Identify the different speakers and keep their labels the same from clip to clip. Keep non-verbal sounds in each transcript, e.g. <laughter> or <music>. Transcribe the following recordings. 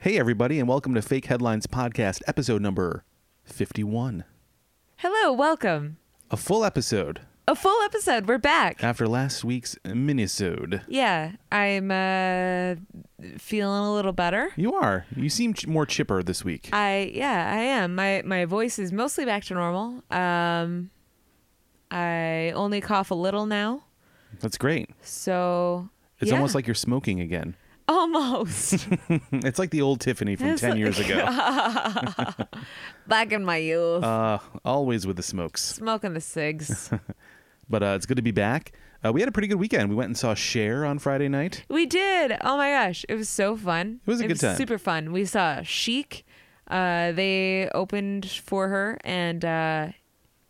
Speaker 1: Hey, everybody, and welcome to Fake Headlines Podcast, episode number 51.
Speaker 2: Hello, welcome.
Speaker 1: A full episode
Speaker 2: A full episode. We're back.
Speaker 1: after last week's minisode.
Speaker 2: yeah, I'm uh feeling a little better.
Speaker 1: You are. You seem ch- more chipper this week.
Speaker 2: I yeah, I am. My my voice is mostly back to normal. Um I only cough a little now.
Speaker 1: That's great.
Speaker 2: So
Speaker 1: It's
Speaker 2: yeah.
Speaker 1: almost like you're smoking again.
Speaker 2: <laughs>
Speaker 1: <laughs>
Speaker 2: almost
Speaker 1: It's like the old Tiffany from
Speaker 2: It's
Speaker 1: 10
Speaker 2: like-
Speaker 1: years
Speaker 2: <laughs>
Speaker 1: ago.
Speaker 2: back in my youth.
Speaker 1: Uh, always with the smokes.
Speaker 2: Smoking the cigs.
Speaker 1: But uh, it's good to be back. Uh, we had a pretty good weekend. We went and saw Cher on Friday night.
Speaker 2: we did. Oh my gosh, it was so fun.
Speaker 1: It was a good time.
Speaker 2: Super fun. We saw Chic. Uh, they opened for her, and uh,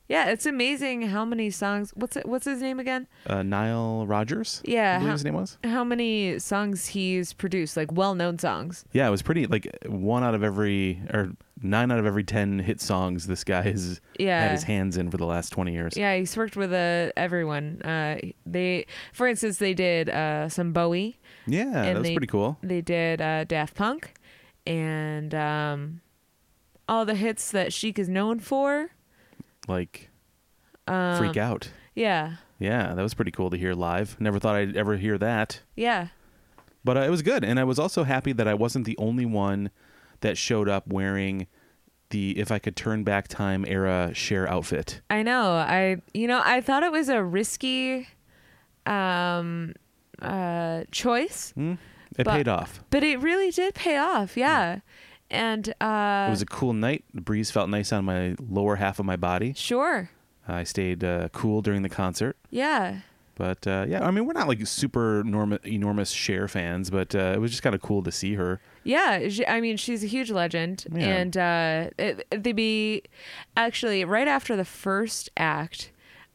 Speaker 2: yeah, it's amazing how many songs. What's it, what's his name again?
Speaker 1: Uh, Nile Rodgers?
Speaker 2: Yeah,
Speaker 1: I believe
Speaker 2: how-
Speaker 1: his name was.
Speaker 2: How many songs he's produced, like well-known songs.
Speaker 1: Yeah, it was pretty like one out of every or nine out of every ten hit songs this guy has
Speaker 2: Yeah.
Speaker 1: had his hands in for the last twenty years.
Speaker 2: Yeah, he's worked with uh, everyone. Uh, they, for instance, they did uh, some Bowie.
Speaker 1: Yeah, that
Speaker 2: and
Speaker 1: was
Speaker 2: they-
Speaker 1: pretty cool.
Speaker 2: They did uh, Daft Punk, and um, all the hits that Chic is known for.
Speaker 1: Like
Speaker 2: Um,
Speaker 1: Freak Out.
Speaker 2: Yeah,
Speaker 1: Yeah, that was pretty cool to hear live. Never thought I'd ever hear that.
Speaker 2: yeah.
Speaker 1: But uh, it was good and I was also happy that I wasn't the only one that showed up wearing the if I could turn back time era share outfit.
Speaker 2: I know. I you know I thought it was a risky um uh choice,
Speaker 1: Hmm? It
Speaker 2: But-
Speaker 1: paid off.
Speaker 2: but it really did pay off. Yeah, and uh,
Speaker 1: It was a cool night. The breeze felt nice on my lower half of my body.
Speaker 2: sure.
Speaker 1: I stayed uh, cool during the concert.
Speaker 2: Yeah,
Speaker 1: But uh, yeah, I mean, we're not like super norm- enormous Cher fans, but uh, it was just kind of cool to see her. <laughs>
Speaker 2: yeah. She, I mean, she's a huge legend,
Speaker 1: Yeah.
Speaker 2: and uh, it, they be actually right after the first act,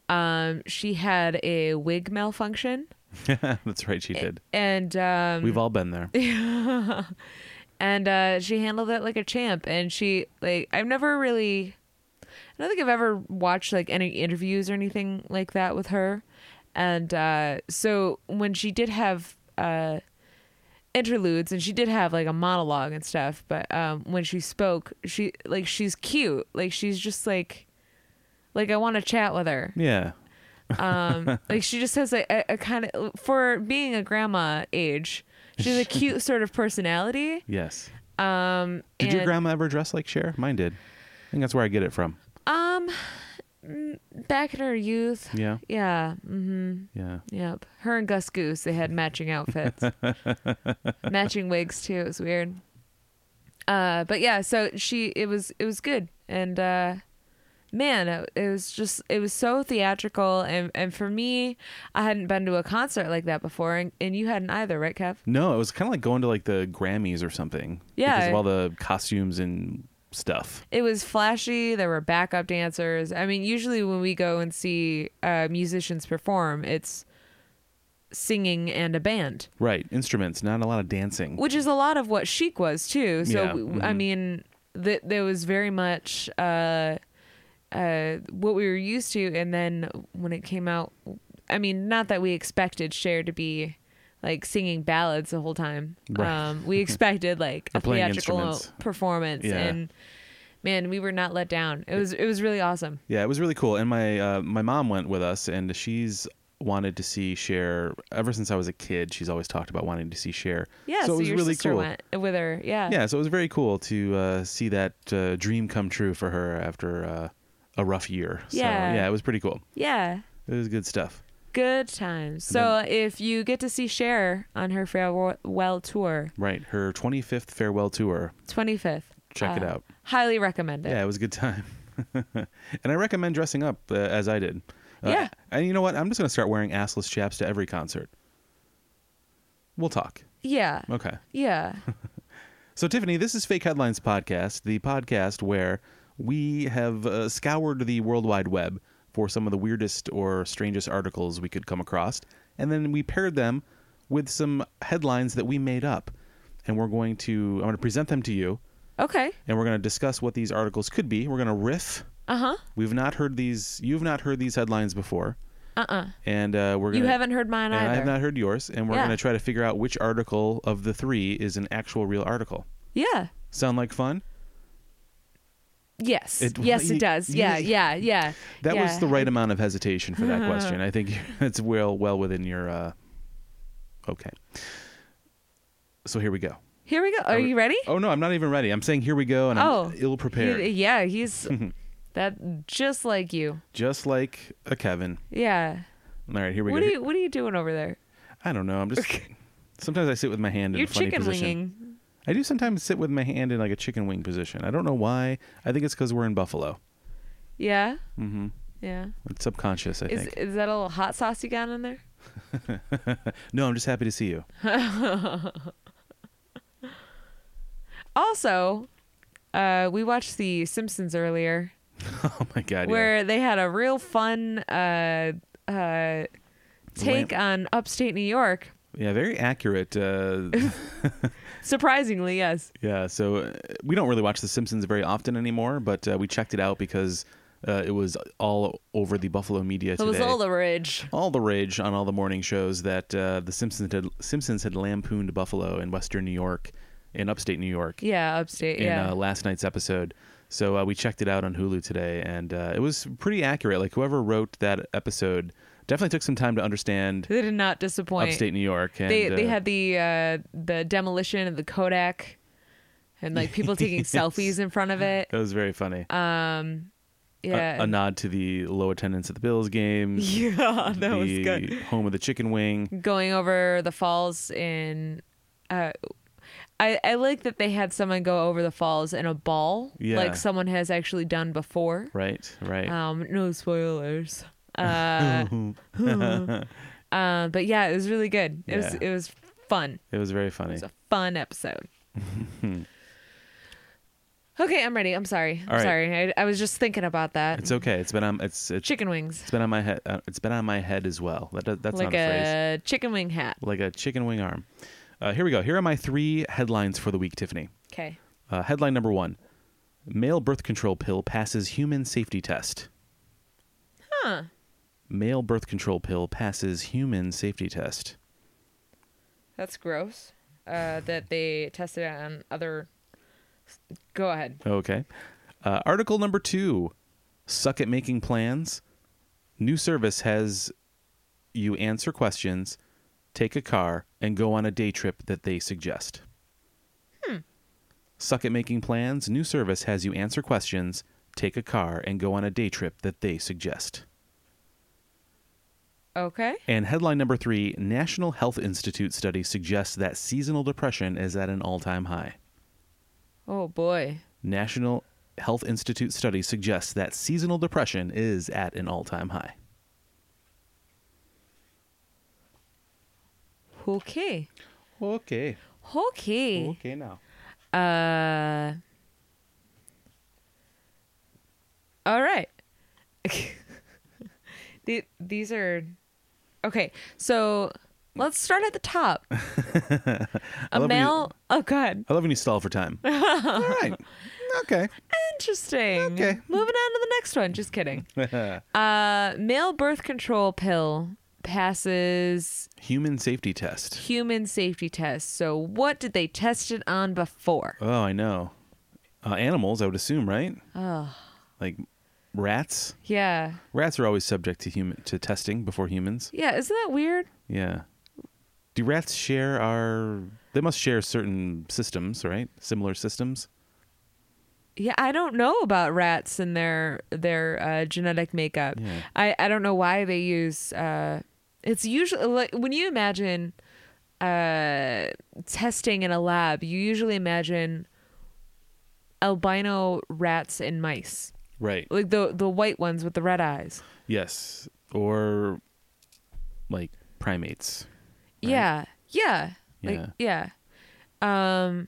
Speaker 2: um, she had a wig malfunction,
Speaker 1: That's right,
Speaker 2: Eh,
Speaker 1: she did.
Speaker 2: and um,
Speaker 1: We've all been
Speaker 2: <laughs>
Speaker 1: there.
Speaker 2: and uh, she handled it like a champ. And she like I've never really, I don't think I've ever watched like any interviews or anything like that with her. And uh, so when she did have uh, interludes and she did have like a monologue and stuff, but um, when she spoke, she like she's cute. Like she's just like, like I want to chat
Speaker 1: <laughs>
Speaker 2: with her
Speaker 1: Yeah.
Speaker 2: um like she just has a, a, a kind of for being a grandma age she's a cute sort of personality
Speaker 1: Yes.
Speaker 2: um
Speaker 1: Did your
Speaker 2: and-
Speaker 1: grandma ever dress like Cher? Mine did. I think that's where I get it from.
Speaker 2: um mm, back in her youth
Speaker 1: Yeah.
Speaker 2: yeah mm-hmm
Speaker 1: Yeah.
Speaker 2: yep her and gus goose they had matching outfits matching wigs too it was weird uh but yeah so she it was it was good and uh man it, it was just it was so theatrical and and for me i hadn't been to a concert like that before and, and you hadn't either right kev
Speaker 1: No, it was kind of like going to like the Grammys or something.
Speaker 2: Yeah.
Speaker 1: Because of all the costumes and stuff.
Speaker 2: it was flashy there were backup dancers i mean usually when we go and see uh, musicians perform it's singing and a band
Speaker 1: Right. Instruments, not a lot of dancing.
Speaker 2: which is a lot of what chic was too so
Speaker 1: Yeah, Mm-hmm.
Speaker 2: w- i mean th- there was very much uh, uh, what we were used to and then when it came out i mean not that we expected Cher to be like singing ballads the whole time
Speaker 1: Right. <laughs>
Speaker 2: um, we expected like
Speaker 1: Or
Speaker 2: a
Speaker 1: playing
Speaker 2: theatrical
Speaker 1: instruments.
Speaker 2: performance
Speaker 1: Yeah.
Speaker 2: and man we were not let down it was it was really awesome
Speaker 1: Yeah, it was really cool. And my uh, my mom went with us, and she's wanted to see Cher ever since I was a kid. She's always talked about wanting to see Cher.
Speaker 2: yeah
Speaker 1: so it was
Speaker 2: your
Speaker 1: really
Speaker 2: sister
Speaker 1: cool.
Speaker 2: went with her yeah
Speaker 1: Yeah, so it was very cool to uh, see that uh, dream come true for her after uh, a rough year. So,
Speaker 2: Yeah.
Speaker 1: yeah, it was pretty cool.
Speaker 2: yeah
Speaker 1: It was good stuff.
Speaker 2: Good times. So if you get to see Cher on her farewell tour,
Speaker 1: Right, her 25th farewell tour.
Speaker 2: 25th.
Speaker 1: Check it out.
Speaker 2: Uh, Highly recommend it.
Speaker 1: Yeah, it was a good time. <laughs> and I recommend dressing up uh, as I did. Uh,
Speaker 2: Yeah.
Speaker 1: And you know what? I'm just going to start wearing assless chaps to every concert. We'll talk.
Speaker 2: Yeah.
Speaker 1: Okay. <laughs>
Speaker 2: Yeah.
Speaker 1: So, Tiffany, this is Fake Headlines Podcast, the podcast where we have uh, scoured the World Wide Web for some of the weirdest or strangest articles we could come across, and then we paired them with some headlines that we made up. And we're going to, I'm going to present them to you,
Speaker 2: Okay.
Speaker 1: and we're going to discuss what these articles could be. We're going to riff.
Speaker 2: Uh huh.
Speaker 1: We've not heard these, you've not heard these headlines before.
Speaker 2: Uh uh
Speaker 1: And uh, we're going
Speaker 2: You
Speaker 1: to.
Speaker 2: haven't heard mine either.
Speaker 1: I have not heard yours, and we're
Speaker 2: Yeah.
Speaker 1: going to try to figure out which article of the three is an actual real article.
Speaker 2: Yeah.
Speaker 1: Sound like fun?
Speaker 2: Yes.
Speaker 1: It-
Speaker 2: yes,
Speaker 1: you-
Speaker 2: it does.
Speaker 1: you-
Speaker 2: yeah, yeah, yeah.
Speaker 1: That was
Speaker 2: yeah.
Speaker 1: the right amount of hesitation for
Speaker 2: <laughs>
Speaker 1: that question. I think <laughs> that's well well within your. Uh... Okay. So here we go.
Speaker 2: Here we go. Are,
Speaker 1: we-
Speaker 2: you ready?
Speaker 1: Oh no, I'm not even ready. I'm saying here we go, and I'm
Speaker 2: Oh.
Speaker 1: ill prepared,
Speaker 2: He- yeah,
Speaker 1: <laughs>
Speaker 2: he's that just like you.
Speaker 1: just like a Kevin.
Speaker 2: Yeah.
Speaker 1: All right, here we
Speaker 2: What
Speaker 1: go.
Speaker 2: are you What are you doing over there?
Speaker 1: I don't know. I'm just. Sometimes I sit with my hand
Speaker 2: You're
Speaker 1: in a funny
Speaker 2: chicken
Speaker 1: position.
Speaker 2: winging.
Speaker 1: I do sometimes sit with my hand in like a chicken wing position. I don't know why. I think it's because we're in Buffalo.
Speaker 2: Yeah.
Speaker 1: Mm-hmm.
Speaker 2: Yeah.
Speaker 1: It's subconscious, I
Speaker 2: Is
Speaker 1: think.
Speaker 2: is that a little hot sauce you got in there?
Speaker 1: No, I'm just happy to see you. <laughs>
Speaker 2: Also, uh, we watched The Simpsons earlier,
Speaker 1: Oh my god. yeah.
Speaker 2: where they had a real fun uh, uh, take on upstate New York.
Speaker 1: Yeah, very accurate. Uh,
Speaker 2: Surprisingly, yes.
Speaker 1: yeah, so uh, we don't really watch The Simpsons very often anymore, but uh, we checked it out because uh, it was all over the Buffalo media
Speaker 2: It
Speaker 1: today.
Speaker 2: was all the rage.
Speaker 1: all the rage on all the morning shows that uh, the Simpsons had, Simpsons had lampooned Buffalo in Western New York, in upstate New York,
Speaker 2: Yeah, upstate.
Speaker 1: in
Speaker 2: yeah.
Speaker 1: uh, last night's episode. So uh, we checked it out on Hulu today, and uh, it was pretty accurate. Like whoever wrote that episode definitely took some time to understand
Speaker 2: they did not disappoint.
Speaker 1: upstate New York. And,
Speaker 2: they they
Speaker 1: uh,
Speaker 2: had the uh, the demolition of the Kodak, and
Speaker 1: <laughs>
Speaker 2: like people taking selfies in front of it.
Speaker 1: that was very funny. a-
Speaker 2: Uh, Yeah,
Speaker 1: a, nod to the low attendance at the Bills game.
Speaker 2: yeah, <laughs> that
Speaker 1: the
Speaker 2: was good.
Speaker 1: Home of the chicken wing.
Speaker 2: Going over the falls in, uh, I I like that they had someone go over the falls in a ball,
Speaker 1: Yeah.
Speaker 2: like someone has actually done before.
Speaker 1: Right, right.
Speaker 2: Um,
Speaker 1: <laughs>
Speaker 2: no spoilers. Uh, <laughs> uh, but yeah, it was really good. It was
Speaker 1: Yeah.
Speaker 2: it was fun.
Speaker 1: it was very funny.
Speaker 2: It was a
Speaker 1: <laughs>
Speaker 2: fun episode. okay, I'm ready. I'm sorry. I'm
Speaker 1: All right.
Speaker 2: sorry. I, I was just thinking about that.
Speaker 1: It's okay. It's been on. It's it's,
Speaker 2: chicken wings,
Speaker 1: it's been on my head. Uh, it's been on my head as well. That, that- that's
Speaker 2: like
Speaker 1: not a, phrase.
Speaker 2: a, chicken wing hat.
Speaker 1: Like a chicken wing arm. Uh, here we go. Here are my three headlines for the week, Tiffany.
Speaker 2: Okay.
Speaker 1: Uh, headline number one: Male birth control pill passes human safety test.
Speaker 2: Huh.
Speaker 1: Male birth control pill passes human safety test.
Speaker 2: That's gross. Uh, that they tested it on other. Go ahead.
Speaker 1: Okay. Uh, article number two Suck at making plans. New service has you answer questions, take a car, and go on a day trip that they suggest. Suck at making plans. New service has you answer questions, take a car, and go on a day trip that they suggest.
Speaker 2: Okay.
Speaker 1: And headline number three National Health Institute study suggests that seasonal depression is at an all time high.
Speaker 2: Oh boy.
Speaker 1: National Health Institute study suggests that seasonal depression is at an all time high.
Speaker 2: Okay.
Speaker 1: Okay.
Speaker 2: Okay.
Speaker 1: now.
Speaker 2: Uh. All right. <laughs> The- These are okay. So let's start at
Speaker 1: <laughs>
Speaker 2: the top.
Speaker 1: love
Speaker 2: A
Speaker 1: when
Speaker 2: male. Oh God.
Speaker 1: I love when you stall for time. all right. Okay.
Speaker 2: Interesting.
Speaker 1: Okay.
Speaker 2: Moving on to the next one.
Speaker 1: <laughs>
Speaker 2: Just kidding. uh, male birth control pill passes
Speaker 1: Human safety test.
Speaker 2: human safety test. So what did they test it on before?
Speaker 1: Oh, I know. Uh, animals, I would assume, right? Oh. Like rats.
Speaker 2: Yeah.
Speaker 1: Rats are always subject to human to testing before humans.
Speaker 2: Yeah. Isn't that weird?
Speaker 1: Yeah. Do rats share our? They must share certain systems, right? Similar systems.
Speaker 2: Yeah, I don't know about rats and their their uh, genetic makeup.
Speaker 1: Yeah.
Speaker 2: I I don't know why they use. Uh, it's usually like when you imagine uh, testing in a lab, you usually imagine albino rats and mice,
Speaker 1: Right.
Speaker 2: like the the white ones with the red eyes.
Speaker 1: Yes, or like primates.
Speaker 2: Yeah, yeah, like, yeah. Um,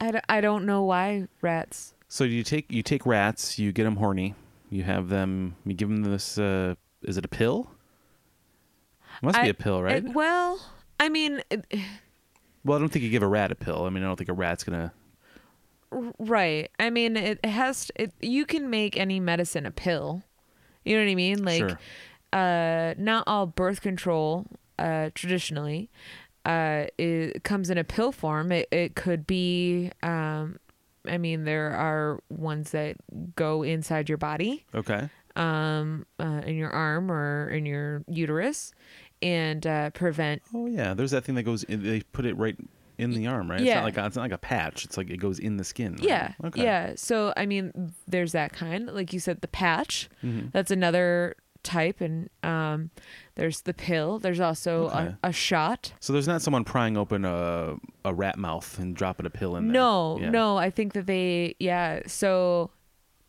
Speaker 2: I, d- I don't know why rats.
Speaker 1: So you take you take rats, you get them horny, you have them, you give them this. Uh, is it a pill? Must
Speaker 2: I-
Speaker 1: be a pill, right?
Speaker 2: I- well, I mean, it-
Speaker 1: well, I don't think you give a rat a pill. I mean, I don't think a rat's gonna.
Speaker 2: Right. I mean, it has. To, it, you can make any medicine a pill. You know what I mean? Like,
Speaker 1: Sure.
Speaker 2: uh, not all birth control, uh, traditionally, uh, it comes in a pill form. It, it could be, um, I mean, there are ones that go inside your body,
Speaker 1: Okay.
Speaker 2: um, uh, in your arm or in your uterus, and uh, prevent.
Speaker 1: Oh yeah, there's that thing that goes. In, they put it right in the arm, right?
Speaker 2: Yeah.
Speaker 1: It's not like a, it's not like a patch. It's like it goes in the skin. right?
Speaker 2: Yeah,
Speaker 1: Okay.
Speaker 2: yeah. So I mean, there's that kind. Like you said, the patch.
Speaker 1: Mhm.
Speaker 2: That's another type, and um, there's the pill. There's also
Speaker 1: Okay.
Speaker 2: a, a shot.
Speaker 1: So there's not someone prying open a a rat mouth and dropping a pill in there.
Speaker 2: No,
Speaker 1: Yeah.
Speaker 2: no. I think that they, yeah. So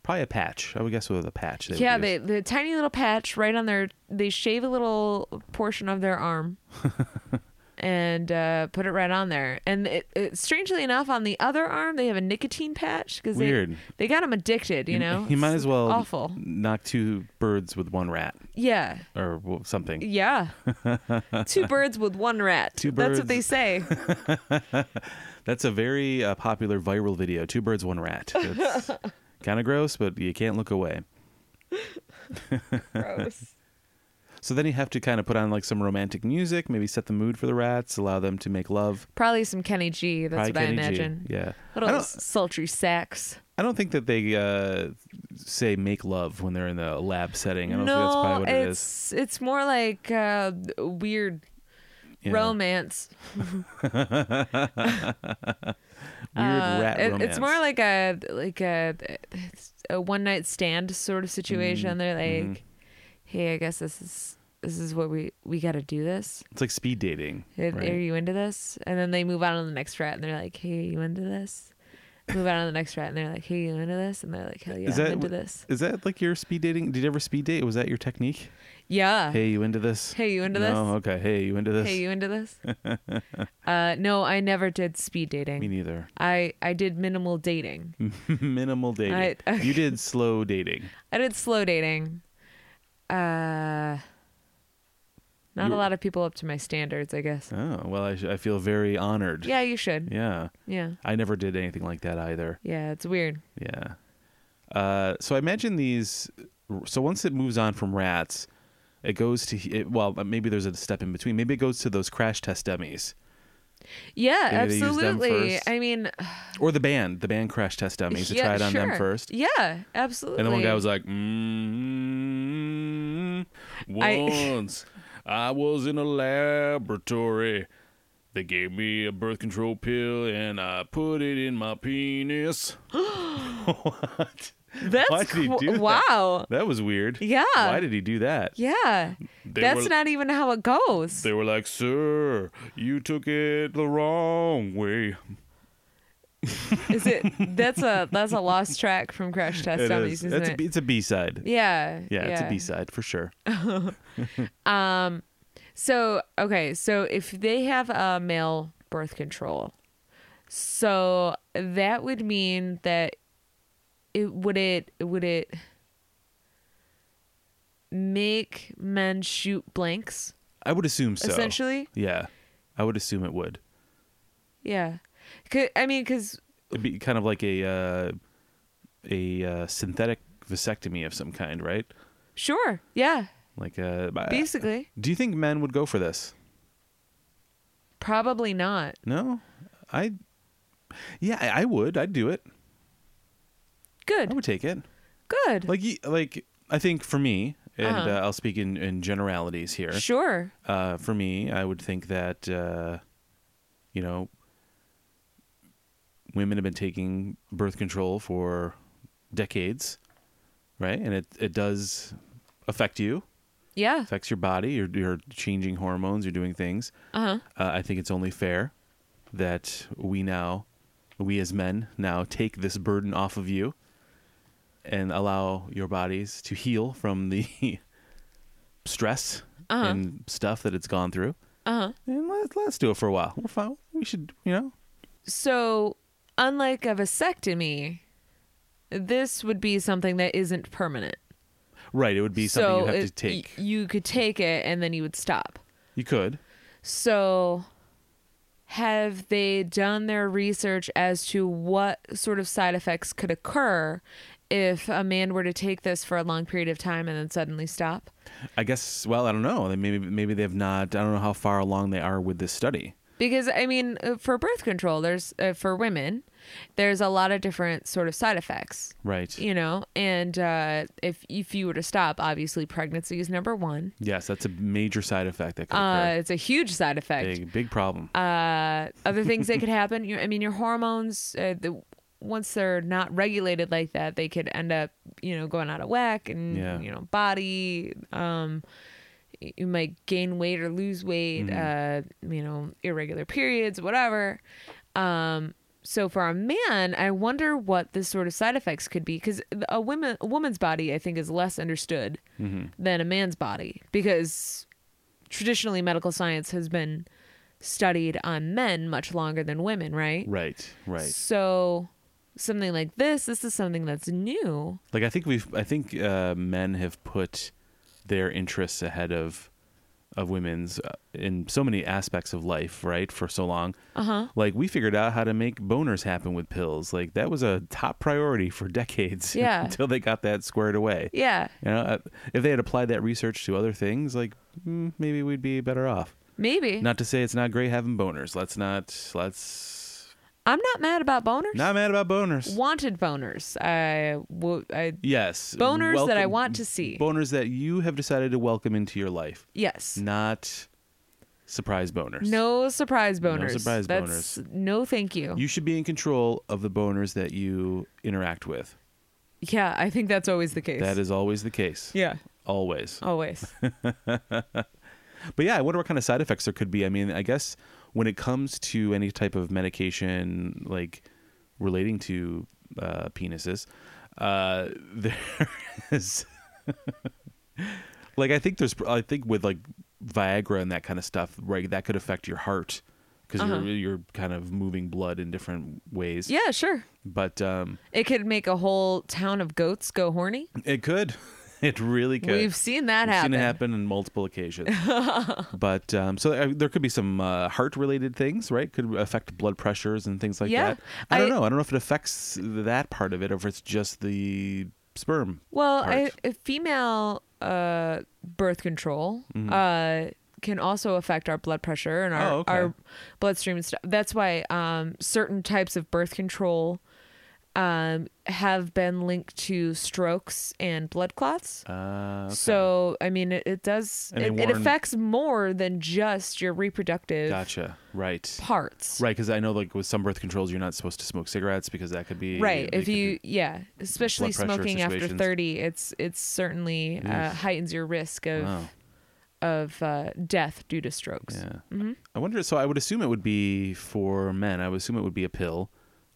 Speaker 1: Probably a patch. I would guess with a patch. would
Speaker 2: yeah,
Speaker 1: use.
Speaker 2: they the tiny little patch right on their. They shave a little portion of
Speaker 1: <laughs>
Speaker 2: their arm, and uh, put it right on there. And it, it, strangely enough, on the other arm, they have a nicotine patch because they
Speaker 1: Weird.
Speaker 2: they got them addicted. You, know,
Speaker 1: you might
Speaker 2: It's
Speaker 1: as well
Speaker 2: awful.
Speaker 1: knock two birds with one rat
Speaker 2: Yeah,
Speaker 1: or well, something.
Speaker 2: yeah.
Speaker 1: <laughs>
Speaker 2: Two birds with one rat.
Speaker 1: Two birds.
Speaker 2: That's what
Speaker 1: <laughs>
Speaker 2: they say.
Speaker 1: That's a very uh, popular viral video. Two birds, one
Speaker 2: <laughs>
Speaker 1: rat. It's kind of gross, but you can't look away.
Speaker 2: Gross.
Speaker 1: So then you have to kind of put on like some romantic music, maybe set the mood for the rats, allow them to make love.
Speaker 2: Probably some Kenny G. That's
Speaker 1: Probably
Speaker 2: what I
Speaker 1: Kenny G.
Speaker 2: imagine.
Speaker 1: Yeah. I
Speaker 2: Little
Speaker 1: don't,
Speaker 2: sultry sax.
Speaker 1: I don't think that they uh, say make love when they're in the lab setting. I don't think that's
Speaker 2: no,
Speaker 1: probably what it is.
Speaker 2: it's it's more like uh, weird
Speaker 1: Yeah.
Speaker 2: romance.
Speaker 1: Weird
Speaker 2: Uh,
Speaker 1: rat
Speaker 2: it-
Speaker 1: romance.
Speaker 2: It's more like a like a, it's a one night stand sort of
Speaker 1: Mm-hmm.
Speaker 2: situation. They're like, hey, I guess this is this is what we we got to do this.
Speaker 1: it's like speed dating.
Speaker 2: Are,
Speaker 1: right?
Speaker 2: are you into this? And then they move on to the next rat, and they're like, hey, you into this? Move on to the next rat, and they're like, hey, you into this? And they're like, hell yeah,
Speaker 1: Is
Speaker 2: I'm
Speaker 1: that-
Speaker 2: into this.
Speaker 1: Is that like your speed dating? Did you ever speed date? Was that your technique?
Speaker 2: Yeah. Hey,
Speaker 1: Hey, you into this?
Speaker 2: you into this?
Speaker 1: No, okay. Hey, you into this?
Speaker 2: Hey, you into this?
Speaker 1: <laughs>
Speaker 2: uh, no, I never did speed
Speaker 1: Me
Speaker 2: dating.
Speaker 1: neither. <laughs>
Speaker 2: I, I did minimal dating.
Speaker 1: Minimal dating.
Speaker 2: I-
Speaker 1: you did
Speaker 2: <laughs>
Speaker 1: slow dating.
Speaker 2: I did slow dating. Uh, not
Speaker 1: You-
Speaker 2: a lot of people up to my standards, I guess.
Speaker 1: Oh well, I, sh- I feel very honored.
Speaker 2: Yeah, you should.
Speaker 1: Yeah.
Speaker 2: Yeah.
Speaker 1: I never did anything like that either.
Speaker 2: Yeah, it's weird.
Speaker 1: Yeah. Uh, so I imagine these. So once it moves on from rats, it goes to it, well, maybe there's a step in between. Maybe it goes to those crash test dummies
Speaker 2: Yeah,
Speaker 1: Yeah, they use them
Speaker 2: absolutely.
Speaker 1: first.
Speaker 2: I mean,
Speaker 1: or the band, the band crash test dummies to
Speaker 2: yeah,
Speaker 1: try it on them
Speaker 2: sure.
Speaker 1: first.
Speaker 2: Yeah, absolutely.
Speaker 1: And then one guy was like, mm,
Speaker 2: I-
Speaker 1: "Once I was in a laboratory, they gave me a birth control pill and I put it in my penis." what?
Speaker 2: "That's
Speaker 1: why did he
Speaker 2: qu-
Speaker 1: do that?
Speaker 2: wow."
Speaker 1: That was weird.
Speaker 2: Yeah.
Speaker 1: Why did he do that?
Speaker 2: Yeah,
Speaker 1: They
Speaker 2: that's
Speaker 1: were-
Speaker 2: not even how it goes.
Speaker 1: They were like, "Sir, you took it the wrong way." <laughs>
Speaker 2: Is it? That's a that's a lost track from Crash Test Dummies,
Speaker 1: It's
Speaker 2: isn't
Speaker 1: a,
Speaker 2: it?
Speaker 1: B- it's a B side.
Speaker 2: yeah,
Speaker 1: Yeah, it's a B side for sure.
Speaker 2: So okay, so if they have a male birth control, so that would mean that it would it would it make men shoot blanks
Speaker 1: I would assume so.
Speaker 2: essentially?
Speaker 1: Yeah, I would assume it would.
Speaker 2: Yeah, 'Cause- I mean, because
Speaker 1: It'd be kind of like a uh, a uh, synthetic vasectomy of some kind, right?
Speaker 2: sure, yeah,
Speaker 1: Like, uh, I-
Speaker 2: basically,
Speaker 1: do you think men would go for this?
Speaker 2: probably not.
Speaker 1: No, I. Yeah, I I would. I'd do it. I
Speaker 2: Good,
Speaker 1: would take it.
Speaker 2: good,
Speaker 1: Like, y- like I think for me, and
Speaker 2: Uh-huh.
Speaker 1: uh, I'll speak in, in generalities here.
Speaker 2: sure,
Speaker 1: Uh, for me, I would think that uh, you know, women have been taking birth control for decades, right? And it it does affect you,
Speaker 2: yeah,
Speaker 1: affects your body. You're you're changing hormones. You're doing things.
Speaker 2: uh huh,
Speaker 1: Uh, I think it's only fair that we now, we as men now, take this burden off of you and allow your bodies to heal from the <laughs> stress
Speaker 2: Uh-huh.
Speaker 1: and stuff that it's gone through.
Speaker 2: uh huh.
Speaker 1: And let's let's do it for a while. We're fine. We should, you know.
Speaker 2: So, unlike a vasectomy, this would be something that isn't permanent.
Speaker 1: Right. It would be something you
Speaker 2: So
Speaker 1: have to
Speaker 2: it-
Speaker 1: take.
Speaker 2: y- you could take it and then you would stop.
Speaker 1: you could.
Speaker 2: So, have they done their research as to what sort of side effects could occur if a man were to take this for a long period of time and then suddenly stop?
Speaker 1: I guess. Well, I don't know. They Maybe maybe they've not. I don't know how far along they are with this study.
Speaker 2: because I mean, uh, for birth control, there's uh, for women, there's a lot of different sort of side effects.
Speaker 1: Right.
Speaker 2: You know, and uh, if if you were to stop, obviously pregnancy is number one.
Speaker 1: Yes, that's a major side effect that could
Speaker 2: Uh,
Speaker 1: occur.
Speaker 2: it's a huge side effect.
Speaker 1: big, big problem.
Speaker 2: uh, other things that could happen. Your, I mean, your hormones, uh, the, once they're not regulated like that, they could end up, you know, going out of whack and,
Speaker 1: Yeah.
Speaker 2: you know, body. Um, y- you might gain weight or lose weight,
Speaker 1: Mm-hmm.
Speaker 2: uh, you know, irregular periods, whatever. Um, so for a man, I wonder what this sort of side effects could be because a woman, a woman's body, I think, is less understood
Speaker 1: Mm-hmm.
Speaker 2: than a man's body because traditionally medical science has been studied on men much longer than women, right?
Speaker 1: right. Right.
Speaker 2: So something like this, this is something that's new.
Speaker 1: Like I think we've I think uh, men have put their interests ahead of of women's uh, in so many aspects of life, right? For so long.
Speaker 2: Uh-huh.
Speaker 1: Like we figured out how to make boners happen with pills. Like that was a top priority for <laughs> decades
Speaker 2: Yeah.
Speaker 1: until they got that squared away.
Speaker 2: Yeah.
Speaker 1: You know, I- if they had applied that research to other things, like mm, maybe we'd be better off.
Speaker 2: Maybe.
Speaker 1: Not to say it's not great having boners. Let's not let's
Speaker 2: I'm not mad about boners.
Speaker 1: not mad about boners.
Speaker 2: Wanted boners. I wo- I
Speaker 1: Yes.
Speaker 2: boners that I
Speaker 1: welcome-
Speaker 2: want to see.
Speaker 1: Boners that you have decided to welcome into your life.
Speaker 2: yes.
Speaker 1: not surprise boners.
Speaker 2: No surprise boners.
Speaker 1: surprise
Speaker 2: That's, No, thank you.
Speaker 1: You should be in control of the boners that you interact with.
Speaker 2: Yeah, I think that's always the case.
Speaker 1: That is always the case.
Speaker 2: Yeah,
Speaker 1: Always. <laughs>
Speaker 2: always.
Speaker 1: But yeah, I wonder what kind of side effects there could be. I mean, I guess when it comes to any type of medication, like relating to uh, penises, uh, <laughs> there is <laughs> like I think there's I think with like Viagra and that kind of stuff, right? That could affect your heart because
Speaker 2: Uh-huh.
Speaker 1: you're you're kind of moving blood in different ways.
Speaker 2: yeah, sure.
Speaker 1: But um,
Speaker 2: It could make a whole town of goats go horny.
Speaker 1: it could. <laughs> It really could.
Speaker 2: We've seen that
Speaker 1: We've
Speaker 2: happen.
Speaker 1: Seen it happen on multiple occasions.
Speaker 2: <laughs>
Speaker 1: but um, so uh, there could be some uh, heart-related things, right? Could affect blood pressures and things like
Speaker 2: Yeah.
Speaker 1: that. I, don't
Speaker 2: I-
Speaker 1: know. I don't know if it affects that part of it, or if it's just the sperm.
Speaker 2: Well, I,
Speaker 1: part.
Speaker 2: a female uh, birth control uh, can also affect our blood pressure and our,
Speaker 1: Mm-hmm. Oh, okay.
Speaker 2: our bloodstream and stuff. That's why um, certain types of birth control um, have been linked to strokes and blood clots.
Speaker 1: Uh, okay.
Speaker 2: So, I mean, it, it does,
Speaker 1: And
Speaker 2: it,
Speaker 1: they
Speaker 2: it
Speaker 1: warn-
Speaker 2: affects more than just your reproductive
Speaker 1: gotcha. Right.
Speaker 2: parts.
Speaker 1: Right, because I know like with some birth controls, you're not supposed to smoke cigarettes because that could be
Speaker 2: Right.
Speaker 1: they
Speaker 2: If
Speaker 1: could
Speaker 2: you,
Speaker 1: be-
Speaker 2: yeah, especially
Speaker 1: blood pressure
Speaker 2: smoking after
Speaker 1: situations.
Speaker 2: 30, it's, it's certainly uh, heightens your risk of,
Speaker 1: Wow.
Speaker 2: of uh, death due to strokes.
Speaker 1: Yeah.
Speaker 2: Mm-hmm.
Speaker 1: I wonder. So I would assume it would be for men. I would assume it would be a pill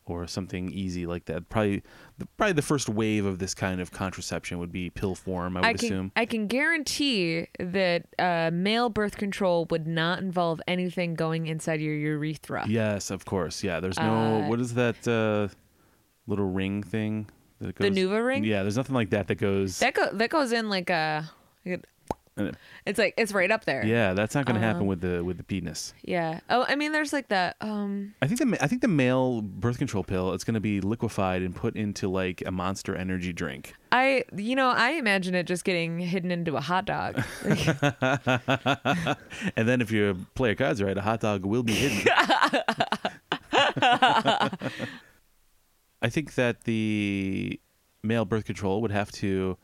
Speaker 1: or something easy like that. Probably, the, probably the first wave of this kind of contraception would be pill form. I would
Speaker 2: I can
Speaker 1: assume.
Speaker 2: I can guarantee that uh, male birth control would not involve anything going inside your urethra.
Speaker 1: Yes, of course. Yeah. There's no.
Speaker 2: Uh,
Speaker 1: what is that uh, little ring thing? That goes,
Speaker 2: Nuva ring?
Speaker 1: Yeah. There's nothing like that that goes.
Speaker 2: That go, that goes in like a
Speaker 1: and it-
Speaker 2: it's like it's right up there. Uh-huh.
Speaker 1: yeah, that's not going to happen with the with the penis.
Speaker 2: Yeah. Oh, I mean there's like that um
Speaker 1: I think the ma- I think the male birth control pill it's going to be liquefied and put into like a Monster Energy drink.
Speaker 2: I you know, I imagine it just getting hidden into a
Speaker 1: <laughs>
Speaker 2: hot dog.
Speaker 1: And then if you play your cards right, a hot dog will be
Speaker 2: <laughs>
Speaker 1: hidden. I think that the male birth control would have to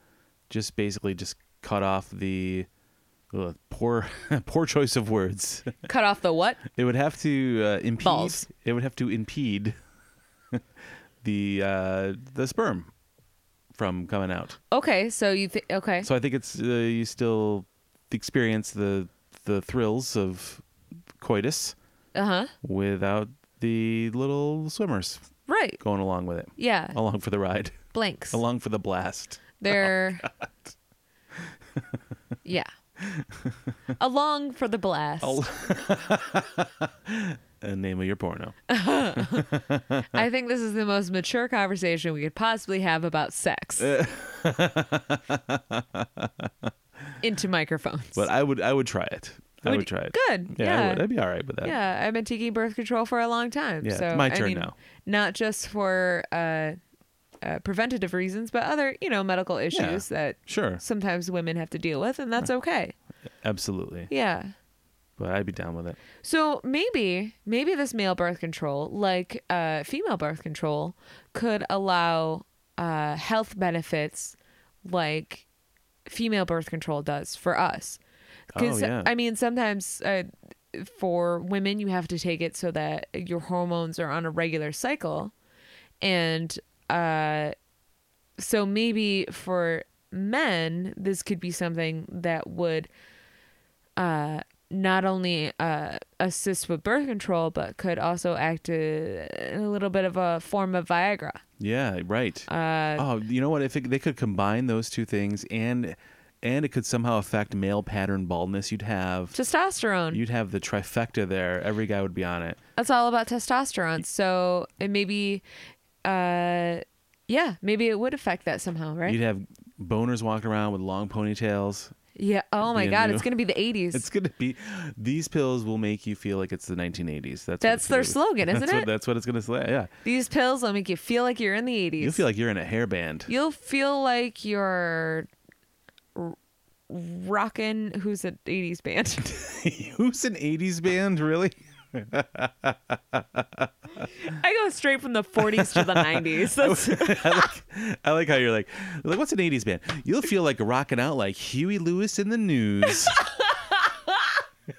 Speaker 1: just basically just cut off the ugh, poor <laughs> poor choice of words.
Speaker 2: Cut off the what?
Speaker 1: It would have to uh, impede.
Speaker 2: Balls.
Speaker 1: It would have to impede <laughs> the uh, the sperm from coming out.
Speaker 2: Okay, so you think okay.
Speaker 1: So I think it's uh, you still experience the the thrills of coitus
Speaker 2: Uh-huh.
Speaker 1: without the little swimmers
Speaker 2: Right.
Speaker 1: going along with it,
Speaker 2: Yeah.
Speaker 1: along for the ride, <laughs>
Speaker 2: Blanks.
Speaker 1: Oh, along oh, for the blast.
Speaker 2: They're yeah.
Speaker 1: <laughs>
Speaker 2: Along for the blast.
Speaker 1: Al- Uh, name of your porno.
Speaker 2: I think this is the most mature conversation we could possibly have
Speaker 1: <laughs>
Speaker 2: about sex. Into microphones.
Speaker 1: But I would I would try it. I would try it.
Speaker 2: Good.
Speaker 1: Yeah,
Speaker 2: Yeah.
Speaker 1: I would. I'd be all right with that.
Speaker 2: Yeah, I've been taking birth control for a long time.
Speaker 1: Yeah, it's
Speaker 2: so
Speaker 1: my
Speaker 2: I
Speaker 1: turn
Speaker 2: mean,
Speaker 1: now.
Speaker 2: Not just for uh, uh, preventative reasons, but other, you know, medical issues that
Speaker 1: Sure.
Speaker 2: sometimes women have to deal with, and that's okay.
Speaker 1: Absolutely.
Speaker 2: Yeah.
Speaker 1: but I'd be down with it.
Speaker 2: So maybe, maybe this male birth control, like uh, female birth control, could allow uh, health benefits like female birth control does for us. Because
Speaker 1: Oh, yeah.
Speaker 2: I mean, sometimes uh, for women, you have to take it so that your hormones are on a regular cycle, and uh, so maybe for men, this could be something that would uh, not only uh, assist with birth control, but could also act a, a little bit of a form of Viagra.
Speaker 1: Yeah, right.
Speaker 2: Uh,
Speaker 1: oh, you know what? If it, they could combine those two things, and and it could somehow affect male pattern baldness, you'd have
Speaker 2: testosterone.
Speaker 1: you'd have the trifecta there. Every guy would be on it.
Speaker 2: That's all about testosterone. So it maybe, uh, yeah, maybe it would affect that somehow, right?
Speaker 1: You'd have boners walking around with long ponytails.
Speaker 2: yeah. Oh my
Speaker 1: Yeah,
Speaker 2: God,
Speaker 1: no.
Speaker 2: it's gonna be the '80s.
Speaker 1: It's gonna be. These pills will make you feel like it's the 1980s. That's what
Speaker 2: That's
Speaker 1: it's
Speaker 2: their
Speaker 1: gonna be.
Speaker 2: slogan, isn't
Speaker 1: that's What,
Speaker 2: it?
Speaker 1: that's what it's gonna say. Yeah,
Speaker 2: These pills will make you feel like you're in the '80s.
Speaker 1: you'll feel like you're in a hairband.
Speaker 2: You'll feel like you're r- rocking. Who's an '80s band?
Speaker 1: <laughs>
Speaker 2: <laughs>
Speaker 1: Who's an 80s band, really? <laughs>
Speaker 2: I go straight from the '40s
Speaker 1: <laughs>
Speaker 2: to the '90s. That's,
Speaker 1: I like how you're like, like what's an 80s band? You'll feel like rocking out like Huey Lewis in the news.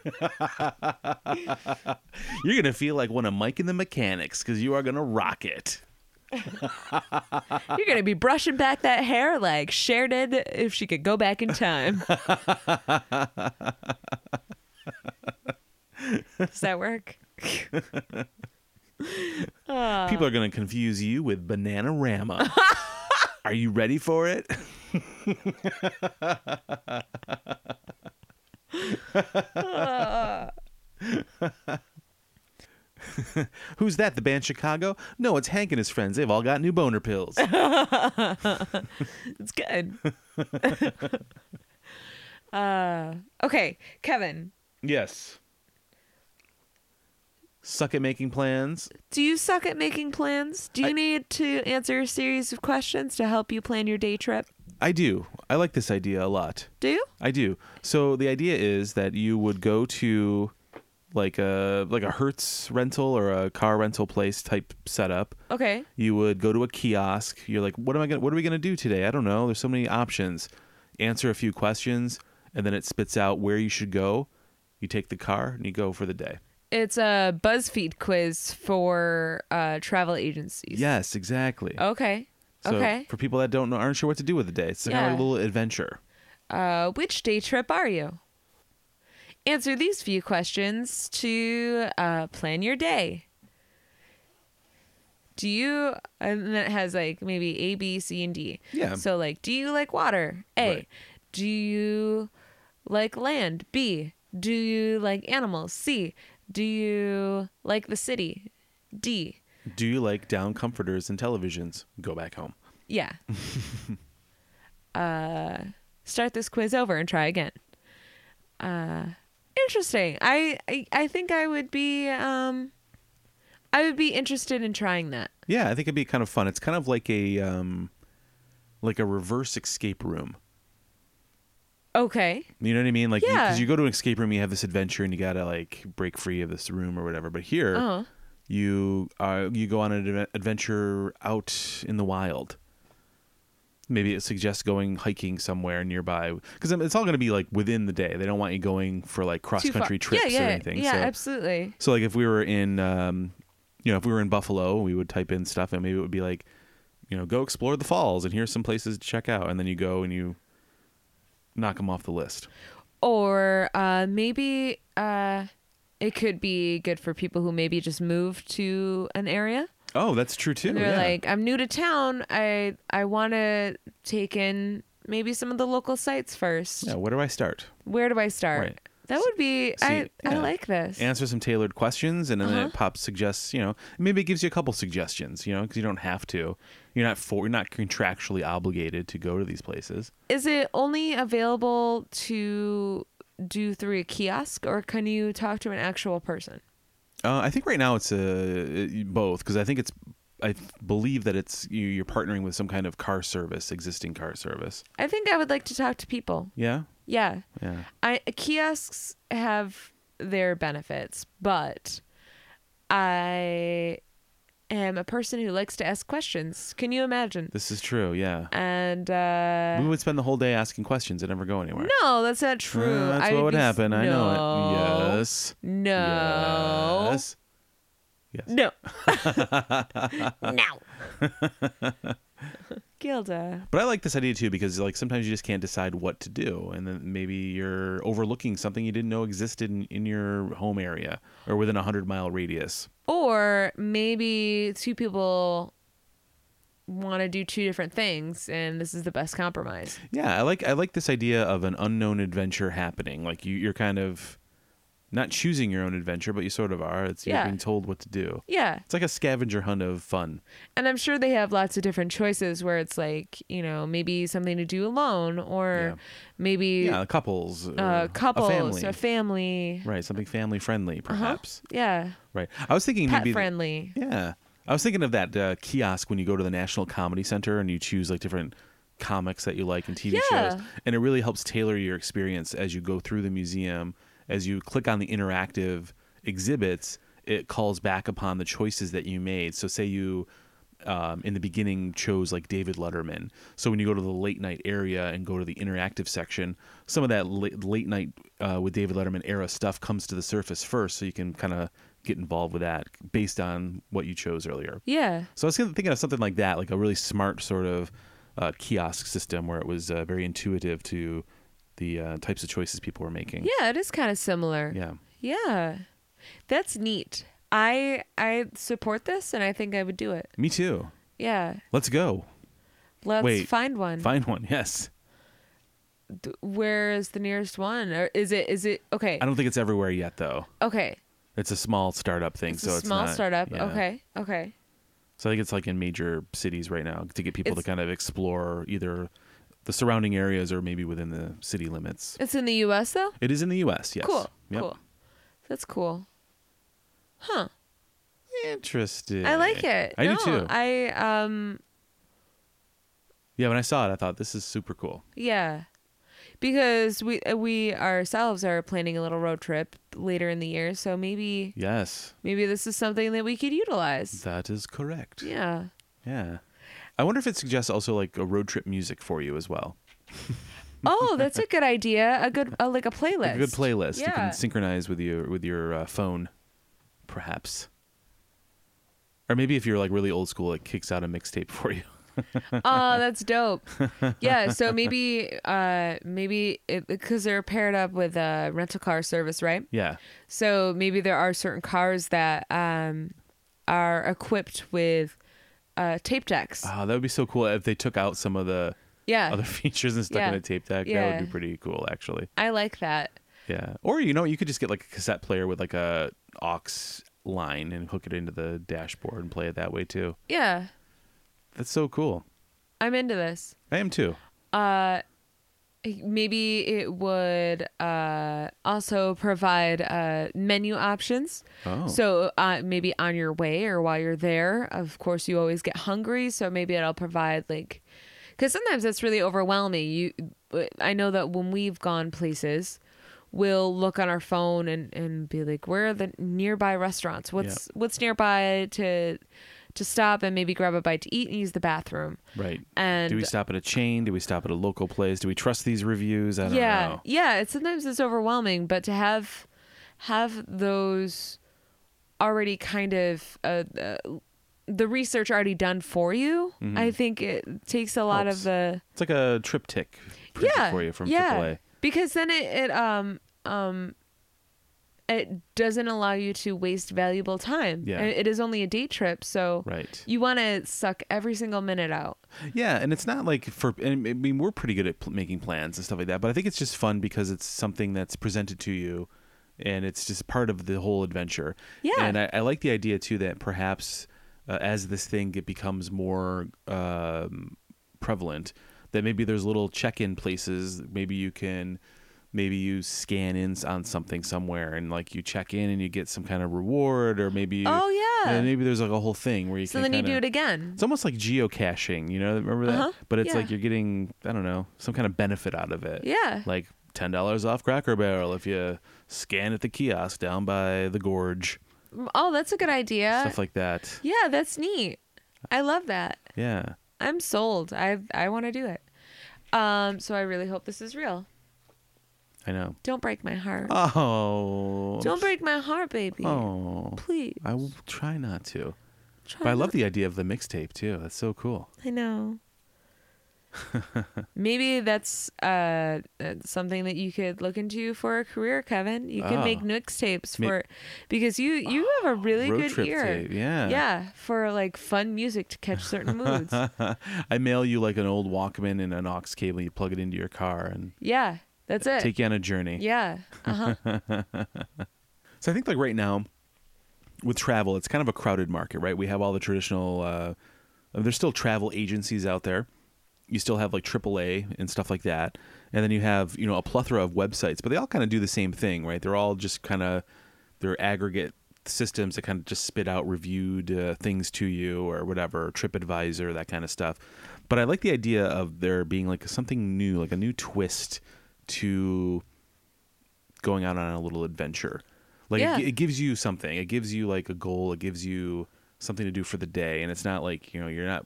Speaker 1: <laughs> you're going to feel like one of Mike and the Mechanics because you are going to rock it.
Speaker 2: you're gonna be brushing back that hair like Cher did if she could go back in time. Does that work? Ah.
Speaker 1: People are going to confuse you with <laughs> Bananarama. are you ready for it? <laughs> Who's that? The band Chicago? No, it's Hank and his friends. They've all got new boner pills.
Speaker 2: It's good. <laughs> uh, okay, Kevin,
Speaker 1: <laughs> Yes. Suck at making plans.
Speaker 2: do you suck at making plans? Do you
Speaker 1: I-
Speaker 2: need to answer a series of questions to help you plan your day trip?
Speaker 1: I do. I like this idea a lot.
Speaker 2: Do you?
Speaker 1: I do. So the idea is that you would go to like a like a Hertz rental or a car rental place type setup.
Speaker 2: Okay.
Speaker 1: You would go to a kiosk. You're like, what am I gonna what are we gonna do today? I don't know. There's so many options. Answer a few questions and then it spits out where you should go. You take the car and you go for the day.
Speaker 2: It's a BuzzFeed quiz for uh, travel agencies.
Speaker 1: Yes, exactly.
Speaker 2: Okay.
Speaker 1: So
Speaker 2: Oh, okay.
Speaker 1: for people that don't know, aren't sure what to do with the day, it's kind of
Speaker 2: Yeah.
Speaker 1: like a little adventure.
Speaker 2: Uh, which day trip are you? Answer these few questions to uh, plan your day. Do you, and then it has like maybe A, B, C, and D.
Speaker 1: Yeah.
Speaker 2: So, like, do you like water? A.
Speaker 1: Right.
Speaker 2: Do you like land? B. Do you like animals? C. Do you like the city? D.
Speaker 1: Do you like down comforters and televisions? Go back home. <laughs>
Speaker 2: Yeah. uh, start this quiz over and try again. Uh, interesting. I, I I think I would be um, I would be interested in trying that.
Speaker 1: Yeah, I think it'd be kind of fun. It's kind of like a um, like a reverse escape room.
Speaker 2: Okay.
Speaker 1: You know what I mean? Like,
Speaker 2: Yeah.
Speaker 1: because you, go to an escape room, you have this adventure, and you gotta like break free of this room or whatever. But here,
Speaker 2: Uh-huh.
Speaker 1: you uh, you go on an adve- adventure out in the wild. Maybe it suggests going hiking somewhere nearby because it's all going to be like within the day. They don't want you going for like cross
Speaker 2: Too far-
Speaker 1: country trips
Speaker 2: yeah, yeah,
Speaker 1: or anything.
Speaker 2: Yeah,
Speaker 1: so.
Speaker 2: absolutely.
Speaker 1: So like if we were in um you know, if we were in Buffalo, we would type in stuff and maybe it would be like, you know, go explore the falls and here's some places to check out and then you go and you knock them off the list.
Speaker 2: Or uh, maybe uh, it could be good for people who maybe just moved to an area.
Speaker 1: Oh, that's true too.
Speaker 2: And they're
Speaker 1: yeah.
Speaker 2: like, I'm new to town. I I want to take in maybe some of the local sites first.
Speaker 1: yeah, where do I start?
Speaker 2: Where do I start?
Speaker 1: Right.
Speaker 2: That would be I
Speaker 1: See,
Speaker 2: I
Speaker 1: yeah.
Speaker 2: like this.
Speaker 1: Answer some tailored questions and then
Speaker 2: Uh-huh.
Speaker 1: it pops suggests, you know, maybe it gives you a couple suggestions, you know, cuz you don't have to. You're not for you're not contractually obligated to go to these places.
Speaker 2: Is it only available to do through a kiosk or can you talk to an actual person?
Speaker 1: Uh, I think right now it's uh, both because I think it's I believe that it's you, you're partnering with some kind of car service, existing car service.
Speaker 2: I think I would like to talk to people.
Speaker 1: Yeah,
Speaker 2: Yeah.
Speaker 1: yeah,
Speaker 2: I kiosks have their benefits, but I am a person who likes to ask questions. Can you imagine?
Speaker 1: This is true. Yeah.
Speaker 2: And uh,
Speaker 1: we would spend the whole day asking questions and never go anywhere.
Speaker 2: no, that's not true.
Speaker 1: Uh, that's
Speaker 2: I
Speaker 1: what would
Speaker 2: be s-
Speaker 1: happen. I know
Speaker 2: No.
Speaker 1: it. Yes.
Speaker 2: No.
Speaker 1: Yes. Yes.
Speaker 2: <laughs> No. no. <laughs> Gilda.
Speaker 1: But I like this idea too because like sometimes you just can't decide what to do, and then maybe you're overlooking something you didn't know existed in, in your home area or within a hundred mile radius.
Speaker 2: Or maybe two people want to do two different things, and this is the best compromise.
Speaker 1: Yeah, I like I like this idea of an unknown adventure happening. Like you, you're kind of not choosing your own adventure, but you sort of are. It's
Speaker 2: Yeah.
Speaker 1: you're being told what to do.
Speaker 2: Yeah.
Speaker 1: It's like a scavenger hunt of fun.
Speaker 2: And I'm sure they have lots of different choices where it's like, you know, maybe something to do alone or
Speaker 1: Yeah.
Speaker 2: maybe
Speaker 1: Yeah, Uh, couples, or
Speaker 2: uh, couples,
Speaker 1: a family,
Speaker 2: a family.
Speaker 1: right? Something family friendly, perhaps.
Speaker 2: Yeah.
Speaker 1: Right. I was thinking
Speaker 2: Pet
Speaker 1: maybe.
Speaker 2: friendly.
Speaker 1: Yeah, I was thinking of that uh, kiosk when you go to the National Comedy Center and you choose like different comics that you like and TV
Speaker 2: Yeah.
Speaker 1: shows, and it really helps tailor your experience as you go through the museum. As you click on the interactive exhibits, it calls back upon the choices that you made. So, say you um, in the beginning chose like David Letterman. So when you go to the late night area and go to the interactive section, some of that late, late night uh, with David Letterman era stuff comes to the surface first, so you can kind of get involved with that based on what you chose earlier.
Speaker 2: Yeah.
Speaker 1: So I was kinda thinking of something like that, like a really smart sort of uh, kiosk system where it was uh, very intuitive to the uh, types of choices people were making.
Speaker 2: Yeah, it is kind of similar.
Speaker 1: Yeah.
Speaker 2: Yeah. That's neat. I I support this and I think I would do it.
Speaker 1: Me too.
Speaker 2: Yeah.
Speaker 1: Let's go.
Speaker 2: Let's
Speaker 1: Wait.
Speaker 2: find one.
Speaker 1: Find one. Yes.
Speaker 2: D- Where is the nearest one? Or is it is it okay.
Speaker 1: I don't think it's everywhere yet, though.
Speaker 2: Okay.
Speaker 1: It's a small startup thing,
Speaker 2: It's
Speaker 1: so
Speaker 2: a
Speaker 1: it's
Speaker 2: small
Speaker 1: not-
Speaker 2: startup.
Speaker 1: yeah.
Speaker 2: Okay. Okay.
Speaker 1: So I think it's like in major cities right now to get people
Speaker 2: It's-
Speaker 1: to kind of explore either the surrounding areas or maybe within the city limits.
Speaker 2: It's in the US though?
Speaker 1: It is in the U.S. Yes.
Speaker 2: Cool.
Speaker 1: Yep.
Speaker 2: Cool. That's cool.
Speaker 1: Interesting.
Speaker 2: I like it.
Speaker 1: I
Speaker 2: no,
Speaker 1: do too.
Speaker 2: I um
Speaker 1: yeah. When I saw it, I thought this is super cool.
Speaker 2: yeah. Because we uh, we ourselves are planning a little road trip later in the year, so maybe
Speaker 1: Yes,
Speaker 2: maybe this is something that we could utilize.
Speaker 1: that is correct.
Speaker 2: Yeah.
Speaker 1: Yeah. I wonder if it suggests also like a road trip music for you as well.
Speaker 2: Oh, that's a good idea. A good uh, like a playlist.
Speaker 1: Like a good playlist you
Speaker 2: Yeah.
Speaker 1: can synchronize with your with your uh, phone, perhaps. Or maybe if you're like really old school, it kicks out a mixtape <laughs> for you.
Speaker 2: oh, that's dope. Yeah, so maybe uh maybe because they're paired up with a rental car service, right?
Speaker 1: Yeah.
Speaker 2: So maybe there are certain cars that um, are equipped with uh, tape decks.
Speaker 1: Oh, that would be so cool if they took out some of the
Speaker 2: yeah,
Speaker 1: other <laughs> features and stuck
Speaker 2: Yeah.
Speaker 1: in a tape deck. That would
Speaker 2: Yeah.
Speaker 1: be pretty cool, actually.
Speaker 2: I like that.
Speaker 1: Yeah. Or you know, you could just get like a cassette player with like a aux line and hook it into the dashboard and play it that way too.
Speaker 2: Yeah,
Speaker 1: That's so cool.
Speaker 2: I'm into this.
Speaker 1: I am too.
Speaker 2: Uh, eh, Maybe it would uh, also provide uh, menu options.
Speaker 1: Oh.
Speaker 2: So uh, maybe on your way or while you're there, of course, you always get hungry. So maybe it'll provide like, because sometimes that's really overwhelming. You, I know that when we've gone places, we'll look on our phone and, and be like, where are the nearby restaurants? What's what's nearby to to stop and maybe grab a bite to eat and use the bathroom.
Speaker 1: Right.
Speaker 2: And
Speaker 1: Do we stop at a chain? Do we stop at a local place? Do we trust these reviews? I don't
Speaker 2: yeah
Speaker 1: know.
Speaker 2: yeah it's sometimes it's overwhelming but to have have those already kind of uh, uh, the research already done for you i think it takes a lot of
Speaker 1: Mm-hmm. Helps.
Speaker 2: the
Speaker 1: It's like a triptych printed
Speaker 2: yeah
Speaker 1: for you from
Speaker 2: yeah
Speaker 1: AAA.
Speaker 2: because then it, it um um it doesn't allow you to waste valuable time
Speaker 1: Yeah.
Speaker 2: And it is only a day trip so
Speaker 1: Right.
Speaker 2: you want to suck every single minute out
Speaker 1: Yeah, and it's not like for. And I mean, we're pretty good at pl- making plans and stuff like that, but I think it's just fun because it's something that's presented to you, and it's just part of the whole adventure.
Speaker 2: Yeah.
Speaker 1: and I, I like the idea too that perhaps uh, as this thing it becomes more um, prevalent, that maybe there's little check-in places. Maybe you can. Maybe you scan in on something somewhere, and like you check in and you get some kind of reward, or maybe you-
Speaker 2: Oh, yeah.
Speaker 1: and maybe there's like a whole thing where you
Speaker 2: so
Speaker 1: can
Speaker 2: then you do
Speaker 1: kinda-
Speaker 2: it again
Speaker 1: it's almost like geocaching, you know? Remember that?
Speaker 2: Uh-huh.
Speaker 1: But it's
Speaker 2: Yeah.
Speaker 1: like you're getting, I don't know, some kind of benefit out of it.
Speaker 2: Yeah.
Speaker 1: Like ten dollars off Cracker Barrel if you scan at the kiosk down by the gorge,
Speaker 2: Oh, that's a good idea.
Speaker 1: stuff like that.
Speaker 2: yeah, that's neat. I love that.
Speaker 1: Yeah,
Speaker 2: I'm sold. I I want to do it. Um, so I really hope this is real.
Speaker 1: I know.
Speaker 2: Don't break my heart.
Speaker 1: Oh,
Speaker 2: Don't break my heart, baby.
Speaker 1: Oh,
Speaker 2: Please.
Speaker 1: I will try not to.
Speaker 2: Try
Speaker 1: But I love
Speaker 2: not-
Speaker 1: the idea of the mixtape too. That's so cool. <laughs>
Speaker 2: I know. Maybe that's uh, uh, something that you could look into for a career, Kevin. You could make
Speaker 1: Oh.
Speaker 2: mixtapes
Speaker 1: Ma-
Speaker 2: for, because you you have a really
Speaker 1: Ah, Road
Speaker 2: good
Speaker 1: trip
Speaker 2: ear.
Speaker 1: tape, yeah.
Speaker 2: Yeah, for like fun music to catch certain
Speaker 1: <laughs>
Speaker 2: moods.
Speaker 1: I mail you like an old Walkman and an aux cable. You plug it into your car and
Speaker 2: Yeah, that's it.
Speaker 1: take you on a journey.
Speaker 2: yeah. Uh-huh.
Speaker 1: So I think like right now, with travel, it's kind of a crowded market, right? We have all the traditional. Uh, I mean, there's still travel agencies out there. You still have like AAA and stuff like that, and then you have you know a plethora of websites, but they all kind of do the same thing, right? They're all just kind of they're aggregate systems that kind of just spit out reviewed uh, things to you or whatever, TripAdvisor, that kind of stuff. But I like the idea of there being like something new, like a new twist to going out on a little adventure. Like
Speaker 2: Yeah.
Speaker 1: it, it gives you something. It gives you like a goal. It gives you something to do for the day. And it's not like you know you're not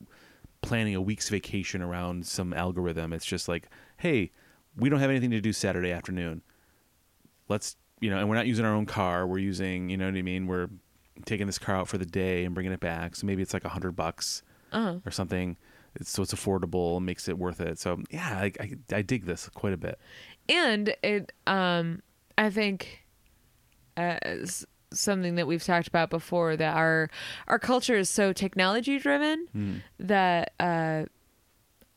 Speaker 1: planning a week's vacation around some algorithm. It's just like, hey, we don't have anything to do Saturday afternoon. Let's you know, and we're not using our own car. We're using you know what I mean. We're taking this car out for the day and bringing it back. So maybe it's like a hundred bucks
Speaker 2: Uh-huh.
Speaker 1: or something. It's, so it's affordable and makes it worth it. So yeah, I, I, I dig this quite a bit.
Speaker 2: and it um i think uh, s- something that we've talked about before that our our culture is so technology driven
Speaker 1: Hmm.
Speaker 2: that uh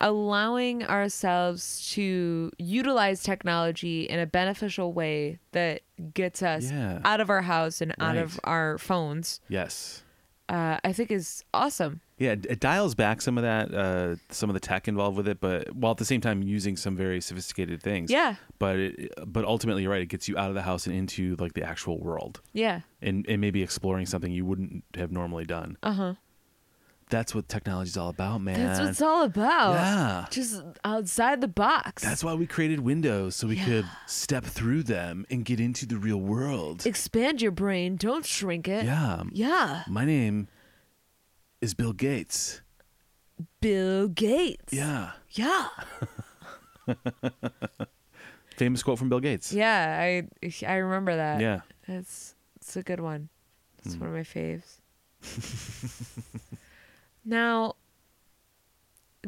Speaker 2: allowing ourselves to utilize technology in a beneficial way that gets us
Speaker 1: Yeah.
Speaker 2: out of our house and out of
Speaker 1: Right.
Speaker 2: our phones
Speaker 1: Yes.
Speaker 2: uh i think is awesome
Speaker 1: Yeah, it it dials back some of that, uh, some of the tech involved with it, but while at the same time using some very sophisticated things.
Speaker 2: Yeah.
Speaker 1: But it, but ultimately, you're right. It gets you out of the house and into like the actual world,
Speaker 2: yeah
Speaker 1: and and maybe exploring something you wouldn't have normally done.
Speaker 2: uh-huh
Speaker 1: That's what technology's all about, man.
Speaker 2: that's what it's all about
Speaker 1: Yeah.
Speaker 2: just outside the box
Speaker 1: That's why we created windows so we
Speaker 2: Yeah.
Speaker 1: could step through them and get into the real world.
Speaker 2: expand your brain don't shrink it
Speaker 1: yeah.
Speaker 2: Yeah,
Speaker 1: My name is Bill Gates.
Speaker 2: Bill Gates.
Speaker 1: Yeah.
Speaker 2: Yeah.
Speaker 1: Famous quote from Bill Gates.
Speaker 2: Yeah, I I remember that.
Speaker 1: Yeah. Hmm.
Speaker 2: It's it's a good one. It's one of my
Speaker 1: <laughs>
Speaker 2: faves. now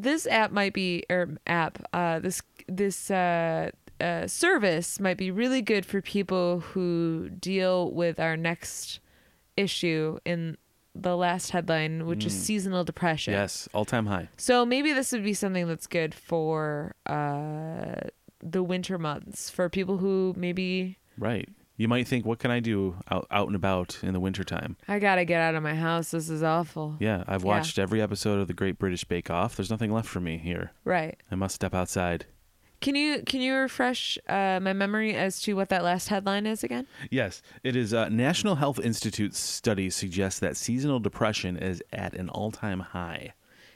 Speaker 2: this app might be or app uh this this uh uh, service might be really good for people who deal with our next issue in the last headline, which is seasonal depression.
Speaker 1: Hmm. Yes. All time high.
Speaker 2: So maybe this would be something that's good for uh, the winter months for people who maybe
Speaker 1: Right. You might think, what can I do out, out and about in the wintertime?
Speaker 2: I gotta get out of my house. This is awful.
Speaker 1: Yeah, I've
Speaker 2: Yeah.
Speaker 1: watched every episode of The Great British Bake Off. There's nothing left for me here.
Speaker 2: Right?
Speaker 1: I must step outside.
Speaker 2: Can you can you refresh uh, my memory as to what that last headline is again?
Speaker 1: Yes, it is. Uh, National Health Institute study suggests that seasonal depression is at an all time high.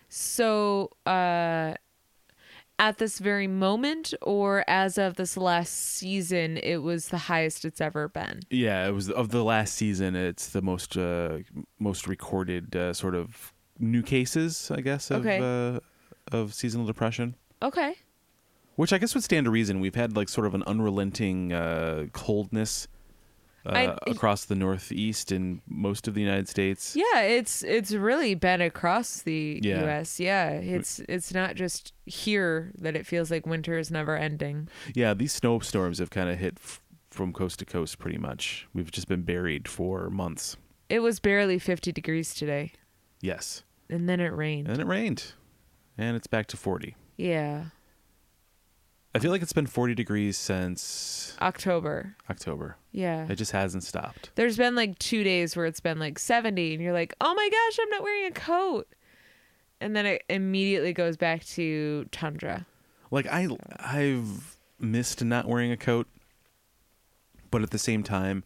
Speaker 2: So uh, at this very moment, or as of this last season, it was the highest it's ever been.
Speaker 1: Yeah, it was of the last season. It's the most uh, most recorded uh, sort of new cases, I guess, of
Speaker 2: Okay.
Speaker 1: uh, of seasonal depression.
Speaker 2: Okay.
Speaker 1: Which I guess would stand to reason. We've had like sort of an unrelenting uh, coldness uh,
Speaker 2: I-
Speaker 1: across the Northeast and most of the United States.
Speaker 2: Yeah, it's it's really been across the
Speaker 1: Yeah.
Speaker 2: U.S. Yeah, it's it's not just here that it feels like winter is never ending.
Speaker 1: Yeah, these snowstorms have kind of hit f- from coast to coast pretty much. We've just been buried for months.
Speaker 2: It was barely 50 degrees today,
Speaker 1: Yes.
Speaker 2: and then it rained.
Speaker 1: And then it rained. And it's back to 40.
Speaker 2: yeah,
Speaker 1: I feel like it's been 40 degrees since
Speaker 2: October.
Speaker 1: October.
Speaker 2: Yeah.
Speaker 1: It just hasn't stopped.
Speaker 2: There's been like two days where it's been like 70, and you're like, oh my gosh, I'm not wearing a coat. And then it immediately goes back to tundra.
Speaker 1: Like I I've missed not wearing a coat, but at the same time,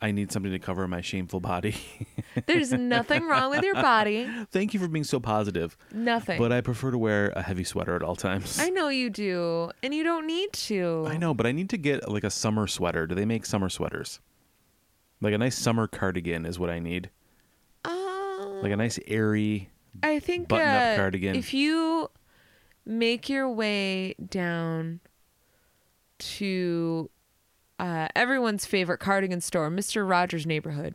Speaker 1: I need something to cover my shameful body. <laughs>
Speaker 2: There's nothing wrong with your body.
Speaker 1: Thank you for being so positive.
Speaker 2: Nothing.
Speaker 1: But I prefer to wear a heavy sweater at all times.
Speaker 2: I know you do, and you don't need to.
Speaker 1: I know, but I need to get like a summer sweater. Do they make summer sweaters? Like a nice summer cardigan is what I need.
Speaker 2: Uh,
Speaker 1: Like a nice airy.
Speaker 2: I think
Speaker 1: button-up
Speaker 2: uh,
Speaker 1: cardigan.
Speaker 2: If you make your way down to uh, everyone's favorite cardigan store, Mister
Speaker 1: <laughs>
Speaker 2: Rogers' neighborhood,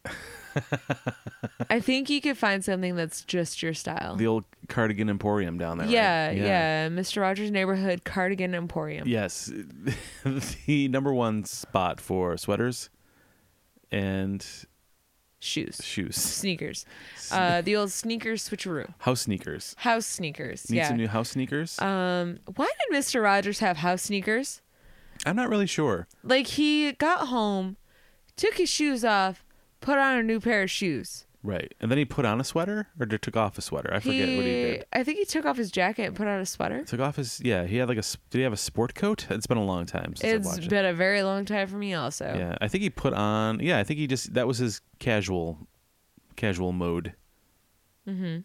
Speaker 2: I think you could find something that's just your style.
Speaker 1: The old cardigan emporium down there. right?
Speaker 2: yeah, yeah, Mr. Rogers' neighborhood cardigan emporium.
Speaker 1: Yes. <laughs> the number one spot for sweaters and
Speaker 2: Shoes,
Speaker 1: shoes.
Speaker 2: sneakers, uh, the old sneakers switcheroo,
Speaker 1: House sneakers.
Speaker 2: house sneakers.
Speaker 1: Need
Speaker 2: yeah.
Speaker 1: some new house sneakers?
Speaker 2: um, why did Mister Rogers have house sneakers?
Speaker 1: I'm not really sure.
Speaker 2: Like he got home, took his shoes off, put on a new pair of shoes.
Speaker 1: Right. And then he put on a sweater or d- took off a sweater. I forget what he did.
Speaker 2: I think he took off his jacket and put on a sweater.
Speaker 1: Took off his yeah, he had like a s- did he have a sport coat? It's been a long time since I've
Speaker 2: It's
Speaker 1: watched it.
Speaker 2: been a very long time for me, also.
Speaker 1: Yeah, I think he put on. Yeah, I think he just that was his casual, casual mode. Mm-hmm.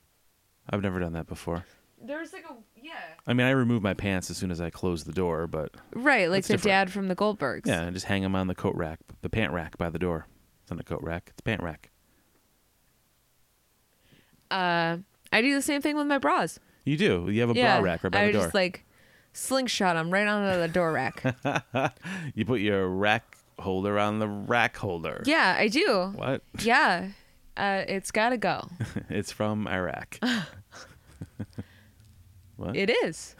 Speaker 1: I've never done that before.
Speaker 2: There's like a yeah,
Speaker 1: I mean, I remove my pants as soon as I close the door, but
Speaker 2: right, like
Speaker 1: That's
Speaker 2: the
Speaker 1: different.
Speaker 2: dad from the Goldbergs.
Speaker 1: yeah, I just hang them on the coat rack, the pant rack by the door. It's not a coat rack; it's a pant rack.
Speaker 2: Uh, I do the same thing with my bras.
Speaker 1: You do. You have a
Speaker 2: yeah,
Speaker 1: bra rack right by
Speaker 2: I
Speaker 1: the door.
Speaker 2: just like slingshot them right onto the
Speaker 1: <laughs>
Speaker 2: door rack.
Speaker 1: you put your rack holder on the rack holder.
Speaker 2: yeah, I do.
Speaker 1: What? <laughs>
Speaker 2: Yeah, uh, it's gotta go.
Speaker 1: it's from Iraq. <laughs> what?
Speaker 2: It
Speaker 1: <laughs>
Speaker 2: is.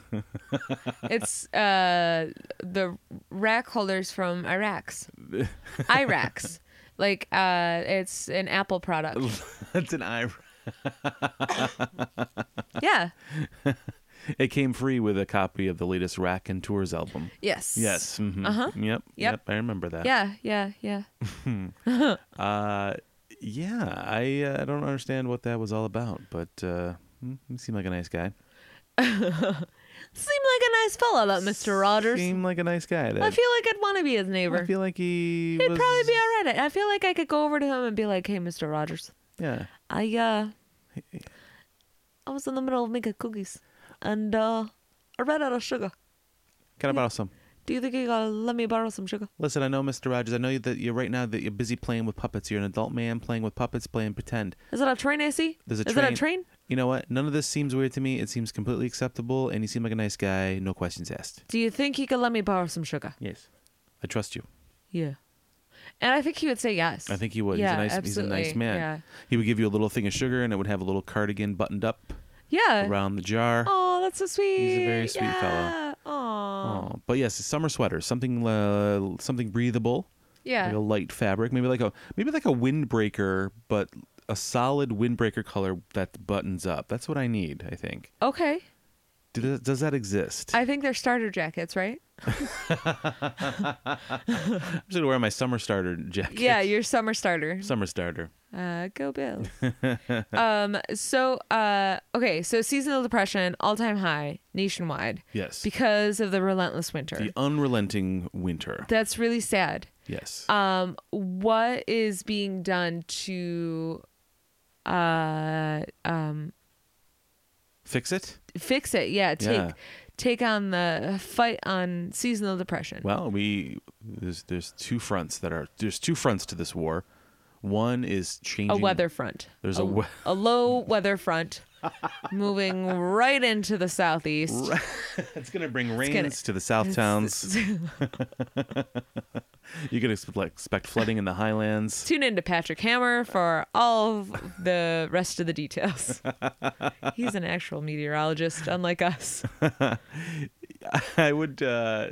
Speaker 2: it's uh, the rack holders from Iraq's.
Speaker 1: <laughs>
Speaker 2: Iraq's. Like uh, it's an Apple product.
Speaker 1: <laughs> That's an Iraq.
Speaker 2: Yeah.
Speaker 1: It came free with a copy of the latest Rack and Tours album.
Speaker 2: Yes.
Speaker 1: Yes. Mm-hmm.
Speaker 2: Uh-huh.
Speaker 1: Yep, yep. I remember that.
Speaker 2: Yeah. Yeah. Yeah.
Speaker 1: Uh, yeah. I uh, I don't understand what that was all about, but uh, hmm, he seemed like a nice guy.
Speaker 2: Seemed like a nice fella, that Mr. Rogers.
Speaker 1: Seemed like a nice guy. That,
Speaker 2: I feel like I'd want to be his neighbor.
Speaker 1: I feel like he
Speaker 2: He'd
Speaker 1: was.
Speaker 2: probably be all right. I feel like I could go over to him and be like, "Hey, Mr. Rogers,
Speaker 1: Yeah.
Speaker 2: I uh, I was in the middle of making cookies, and uh, I ran out of sugar.
Speaker 1: Can I borrow some?
Speaker 2: Do you think you gotta let me borrow some sugar?"
Speaker 1: Listen, I know, Mr. Rogers. I know you- that you're right now that you're busy playing with puppets. You're an adult man playing with puppets, playing pretend.
Speaker 2: Is that a train I see?
Speaker 1: There's a
Speaker 2: Is
Speaker 1: train.
Speaker 2: that a train?
Speaker 1: You know what? None of this seems weird to me. It seems completely acceptable, and you seem like a nice guy. No questions asked.
Speaker 2: Do you think you could let me borrow some sugar?
Speaker 1: Yes. I trust you.
Speaker 2: Yeah. And I think he would say yes.
Speaker 1: I think he would.
Speaker 2: Yeah,
Speaker 1: he's a nice. He's a nice
Speaker 2: absolutely.
Speaker 1: man. He would give you a little thing of sugar, and it would have a little cardigan buttoned up
Speaker 2: Yeah. Yeah.
Speaker 1: around the jar.
Speaker 2: Oh, that's so sweet.
Speaker 1: He's a very sweet
Speaker 2: yeah. Aw.
Speaker 1: Oh, but yes, summer sweater, something uh, something breathable,
Speaker 2: Yeah.
Speaker 1: like a light fabric, maybe like a maybe like a windbreaker, but a solid windbreaker color that buttons up. That's what I need. I think.
Speaker 2: okay.
Speaker 1: Does, does that exist?
Speaker 2: I think they're starter jackets, right?
Speaker 1: <laughs> I'm just gonna wear my summer starter jacket.
Speaker 2: Yeah, your summer starter.
Speaker 1: summer starter.
Speaker 2: Uh, go
Speaker 1: <laughs>
Speaker 2: Bills. um, so, uh, okay, so seasonal depression, all time high nationwide
Speaker 1: Yes.
Speaker 2: because of the relentless winter.
Speaker 1: the unrelenting winter.
Speaker 2: That's really sad.
Speaker 1: yes.
Speaker 2: um what is being done to uh um
Speaker 1: Fix it.
Speaker 2: fix it yeah take
Speaker 1: Yeah.
Speaker 2: take on the fight on seasonal depression
Speaker 1: Well, we there's there's two fronts that are there's two fronts to this war. One is changing
Speaker 2: a weather front
Speaker 1: There's a we-
Speaker 2: a low weather front <laughs> moving right into the southeast
Speaker 1: <laughs> It's gonna bring rains
Speaker 2: gonna-
Speaker 1: to the south
Speaker 2: <laughs>
Speaker 1: towns. <laughs> you can expect, like, expect flooding in the highlands.
Speaker 2: tune in to patrick hammer for all of the rest of the
Speaker 1: <laughs>
Speaker 2: details he's an actual meteorologist unlike
Speaker 1: <laughs>
Speaker 2: us
Speaker 1: <laughs> I would uh,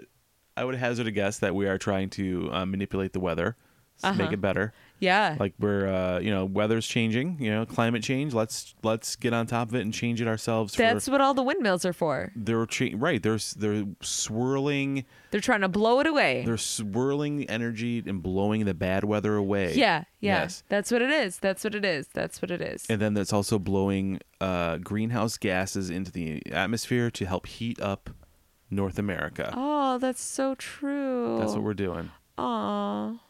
Speaker 1: I would hazard a guess that we are trying to uh, manipulate the weather, to make
Speaker 2: Uh-huh.
Speaker 1: it better.
Speaker 2: yeah
Speaker 1: Like we're uh, you know weather's changing, you know climate change. Let's let's get on top of it and change it ourselves.
Speaker 2: that's
Speaker 1: for,
Speaker 2: what all the windmills are for
Speaker 1: they're cha- right. There's they're swirling.
Speaker 2: they're trying to blow it away
Speaker 1: They're swirling the energy and blowing the bad weather away.
Speaker 2: Yeah, yeah.
Speaker 1: Yes.
Speaker 2: That's what it is. That's what it is. That's what it is.
Speaker 1: and then that's also blowing uh, greenhouse gases into the atmosphere to help heat up North America.
Speaker 2: oh, that's so true. <laughs>
Speaker 1: That's what we're doing.
Speaker 2: Aw.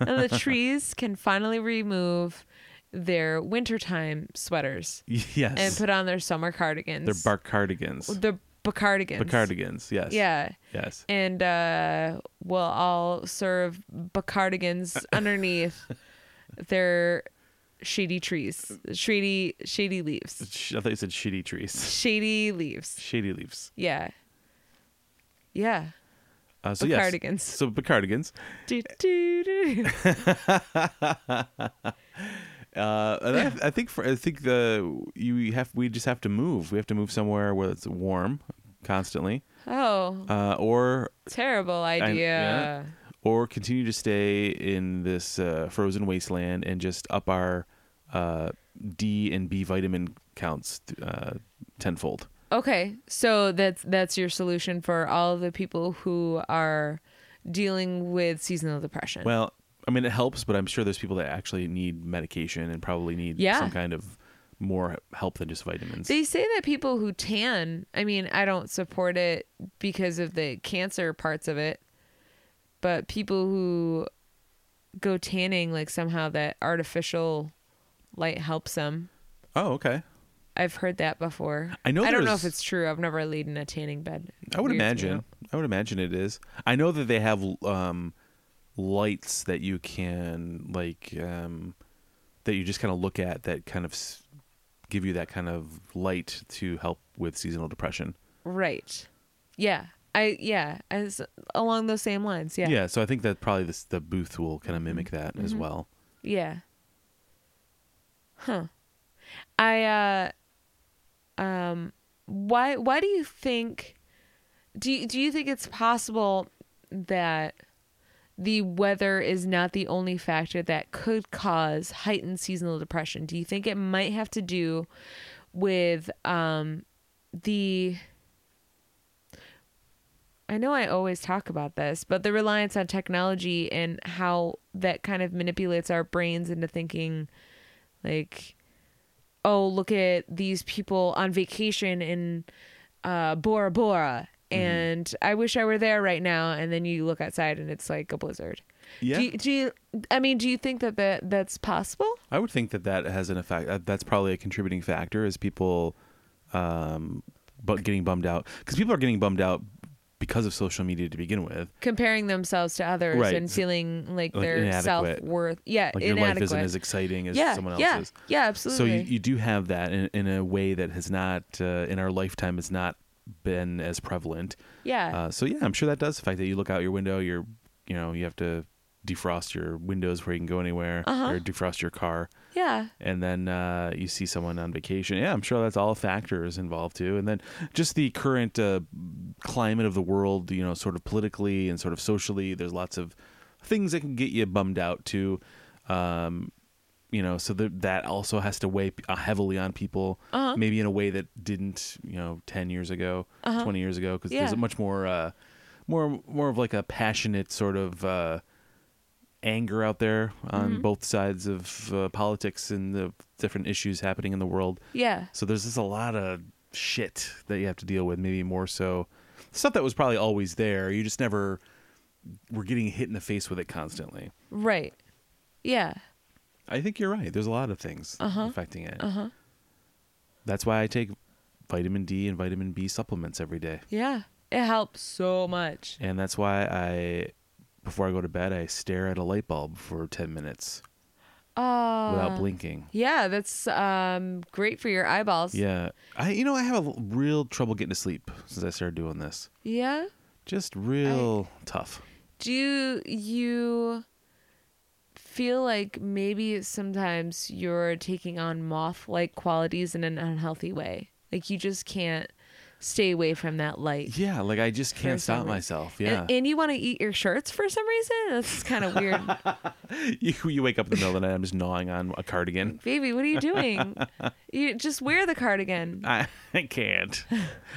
Speaker 2: and the trees can finally remove their wintertime sweaters
Speaker 1: <laughs> Yes.
Speaker 2: and put on their summer cardigans.
Speaker 1: They're bark cardigans.
Speaker 2: Their bacardigans.
Speaker 1: Cardigans, yes.
Speaker 2: Yeah.
Speaker 1: Yes.
Speaker 2: And uh, we'll all serve bacardigans <laughs> underneath their shady trees, shady, shady leaves,
Speaker 1: Sh- I thought you said shitty trees. <laughs>
Speaker 2: shady leaves.
Speaker 1: Shady leaves.
Speaker 2: Yeah. Yeah.
Speaker 1: Uh, so yes.
Speaker 2: Bacardigans.
Speaker 1: So cardigans.
Speaker 2: <laughs> Do, do, do.
Speaker 1: Uh, and I,
Speaker 2: <laughs>
Speaker 1: I think for, I think the you have we just have to move. We have to move somewhere where it's warm constantly,
Speaker 2: Oh,
Speaker 1: uh, or
Speaker 2: terrible
Speaker 1: I-
Speaker 2: idea.
Speaker 1: yeah. or continue to stay in this uh, frozen wasteland and just up our uh, D and B vitamin counts uh, tenfold.
Speaker 2: Okay, so that's that's your solution for all of the people who are dealing with seasonal depression.
Speaker 1: Well, I mean it helps, but I'm sure there's people that actually need medication and probably need
Speaker 2: Yeah.
Speaker 1: some kind of more help than just vitamins.
Speaker 2: they say that people who tan, I mean, I don't support it because of the cancer parts of it, but people who go tanning like somehow that artificial light helps them.
Speaker 1: oh, okay.
Speaker 2: I've heard that before.
Speaker 1: I know
Speaker 2: I don't know
Speaker 1: there's-
Speaker 2: if it's true. I've never laid in a tanning bed.
Speaker 1: I would
Speaker 2: Weirds me
Speaker 1: imagine.
Speaker 2: out.
Speaker 1: I would imagine it is. I know that they have um, lights that you can like um, that you just kind of look at that kind of s- give you that kind of light to help with seasonal depression.
Speaker 2: Right. Yeah. I yeah, as along those same lines. Yeah. Mm-hmm.
Speaker 1: so I think that probably this, the booth will kind of mimic that as well.
Speaker 2: Yeah. Huh. I uh um why why do you think do you, do you think it's possible that the weather is not the only factor that could cause heightened seasonal depression? Do you think it might have to do with um the I know I always talk about this, but the reliance on technology and how that kind of manipulates our brains into thinking like oh, look at these people on vacation in uh Bora Bora and I wish I were there right now and then you look outside and it's like a blizzard.
Speaker 1: Yeah,
Speaker 2: Do you, do you I mean, do you think that, that that's possible?
Speaker 1: I would think that that has an effect. that- That's probably a contributing factor is people, um, but getting bummed out because people are getting bummed out because of social media to begin with.
Speaker 2: Comparing themselves to others
Speaker 1: Right.
Speaker 2: and feeling like,
Speaker 1: Like
Speaker 2: their
Speaker 1: inadequate.
Speaker 2: self worth. Yeah,
Speaker 1: Like
Speaker 2: inadequate.
Speaker 1: your life isn't as exciting as
Speaker 2: yeah,
Speaker 1: someone else's.
Speaker 2: yeah, Yeah, absolutely.
Speaker 1: So you, you do have that in, in a way that has not, uh, in our lifetime, has not been as prevalent.
Speaker 2: yeah.
Speaker 1: Uh, so yeah, I'm sure that does affect that. You look out your window, you're, you know, you have to defrost your windows where you can go anywhere,
Speaker 2: Uh-huh.
Speaker 1: or defrost your car,
Speaker 2: yeah.
Speaker 1: and then uh, you see someone on vacation. Yeah, I'm sure that's all factors involved too. And then just the current uh, climate of the world, you know, sort of politically and sort of socially, there's lots of things that can get you bummed out too. Um, you know, so that that also has to weigh uh, heavily on people,
Speaker 2: Uh-huh.
Speaker 1: maybe in a way that didn't, you know, ten years ago,
Speaker 2: Uh-huh.
Speaker 1: twenty years ago, because there's
Speaker 2: Yeah.
Speaker 1: a much more, uh, more, more of like a passionate sort of uh, anger out there on
Speaker 2: Mm-hmm.
Speaker 1: both sides of uh, politics and the different issues happening in the world.
Speaker 2: Yeah.
Speaker 1: So there's just a lot of shit that you have to deal with, maybe more so stuff that was probably always there. You just never were getting hit in the face with it constantly.
Speaker 2: Right. Yeah.
Speaker 1: I think you're right. There's a lot of things
Speaker 2: Uh-huh.
Speaker 1: affecting it.
Speaker 2: Uh huh.
Speaker 1: That's why I take vitamin D and vitamin B supplements every day.
Speaker 2: Yeah. It helps so much.
Speaker 1: And that's why I before I go to bed, I stare at a light bulb for 10 minutes
Speaker 2: Oh.
Speaker 1: without blinking.
Speaker 2: Yeah, that's um great for your eyeballs.
Speaker 1: Yeah. I you know, I have a l- real trouble getting to sleep since I started doing this.
Speaker 2: Yeah.
Speaker 1: Just real tough.
Speaker 2: Do you feel like maybe sometimes you're taking on moth-like qualities in an unhealthy way? Like you just can't stay away from that light.
Speaker 1: Yeah, like I just can't
Speaker 2: some
Speaker 1: stop
Speaker 2: reason.
Speaker 1: myself. Yeah.
Speaker 2: And, and you want to eat your shirts for some reason? That's kind
Speaker 1: <laughs>
Speaker 2: of weird.
Speaker 1: you, you wake up in the middle of the night, I'm just gnawing on a cardigan.
Speaker 2: Baby, what are
Speaker 1: <laughs>
Speaker 2: you doing? You just wear the cardigan.
Speaker 1: I, I can't.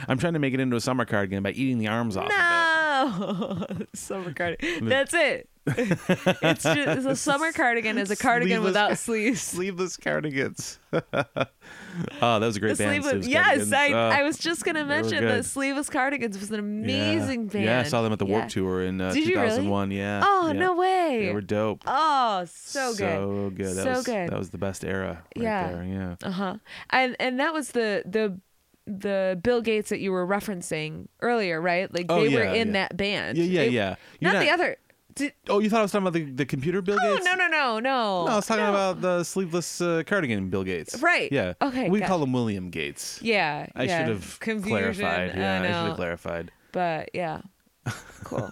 Speaker 1: I'm trying to make Ah, it into a summer cardigan by eating the arms off of it.
Speaker 2: no, <laughs> summer cardigan.
Speaker 1: <laughs>
Speaker 2: That's it. it's just it's a summer cardigan is a cardigan
Speaker 1: Sleeveless-
Speaker 2: without sleeves.
Speaker 1: Sleeveless cardigans. <laughs> oh, that was a great
Speaker 2: The
Speaker 1: band.
Speaker 2: sleeveless,
Speaker 1: Sleeveless
Speaker 2: yes,
Speaker 1: Cardigans.
Speaker 2: I,
Speaker 1: Uh,
Speaker 2: I was just gonna mention
Speaker 1: good.
Speaker 2: that sleeveless cardigans was an
Speaker 1: yeah.
Speaker 2: amazing band.
Speaker 1: Yeah, I saw them at the
Speaker 2: Yeah.
Speaker 1: Warp Tour in uh,
Speaker 2: Did you really?
Speaker 1: 2001. Yeah.
Speaker 2: Oh
Speaker 1: yeah.
Speaker 2: no way!
Speaker 1: They were dope.
Speaker 2: oh, so good.
Speaker 1: So good. That
Speaker 2: So
Speaker 1: was,
Speaker 2: good.
Speaker 1: That was the best era. Right
Speaker 2: Yeah.
Speaker 1: There. Yeah.
Speaker 2: Uh-huh. And and that was the the the Bill Gates that you were referencing earlier, right? Like
Speaker 1: Oh,
Speaker 2: they were
Speaker 1: yeah,
Speaker 2: in
Speaker 1: yeah.
Speaker 2: that band.
Speaker 1: Yeah, yeah,
Speaker 2: They-
Speaker 1: yeah. You're
Speaker 2: Not, the other. Did,
Speaker 1: Oh, you thought I was talking about the, the computer Bill
Speaker 2: oh
Speaker 1: Gates?
Speaker 2: no no no no.
Speaker 1: No, I was talking about the sleeveless uh, cardigan Bill Gates.
Speaker 2: Right.
Speaker 1: Yeah.
Speaker 2: Okay,
Speaker 1: We
Speaker 2: got-
Speaker 1: call him William Gates.
Speaker 2: Yeah.
Speaker 1: I
Speaker 2: yeah.
Speaker 1: should have
Speaker 2: Confusion,
Speaker 1: clarified.
Speaker 2: I
Speaker 1: Yeah, I, should
Speaker 2: know.
Speaker 1: have clarified.
Speaker 2: But
Speaker 1: <laughs>
Speaker 2: yeah. Cool.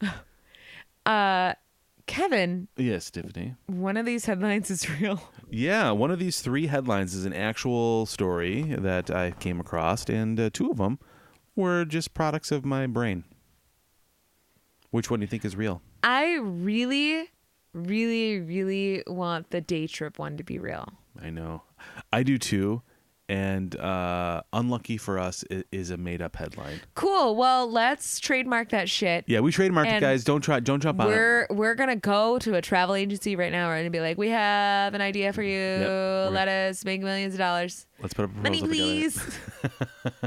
Speaker 2: <laughs> uh, Kevin,
Speaker 1: Yes, Tiffany.
Speaker 2: one of these headlines is <laughs> real.
Speaker 1: Yeah, one of these three headlines is an actual story that I came across, and uh, two of them were just products of my brain. Which one do you think is real?
Speaker 2: I really, really, really want the day trip one to be real.
Speaker 1: I know. I do too. And uh, unlucky for us i- is a made up headline.
Speaker 2: Cool. Well, let's trademark that shit.
Speaker 1: Yeah, we trademarked it,
Speaker 2: And
Speaker 1: guys. Don't try. Don't jump on it.
Speaker 2: we're we're gonna go to a travel agency right now and be like, we have an idea for you.
Speaker 1: We're-
Speaker 2: Let us make millions of dollars.
Speaker 1: Let's put a proposal
Speaker 2: Money,
Speaker 1: together.
Speaker 2: please.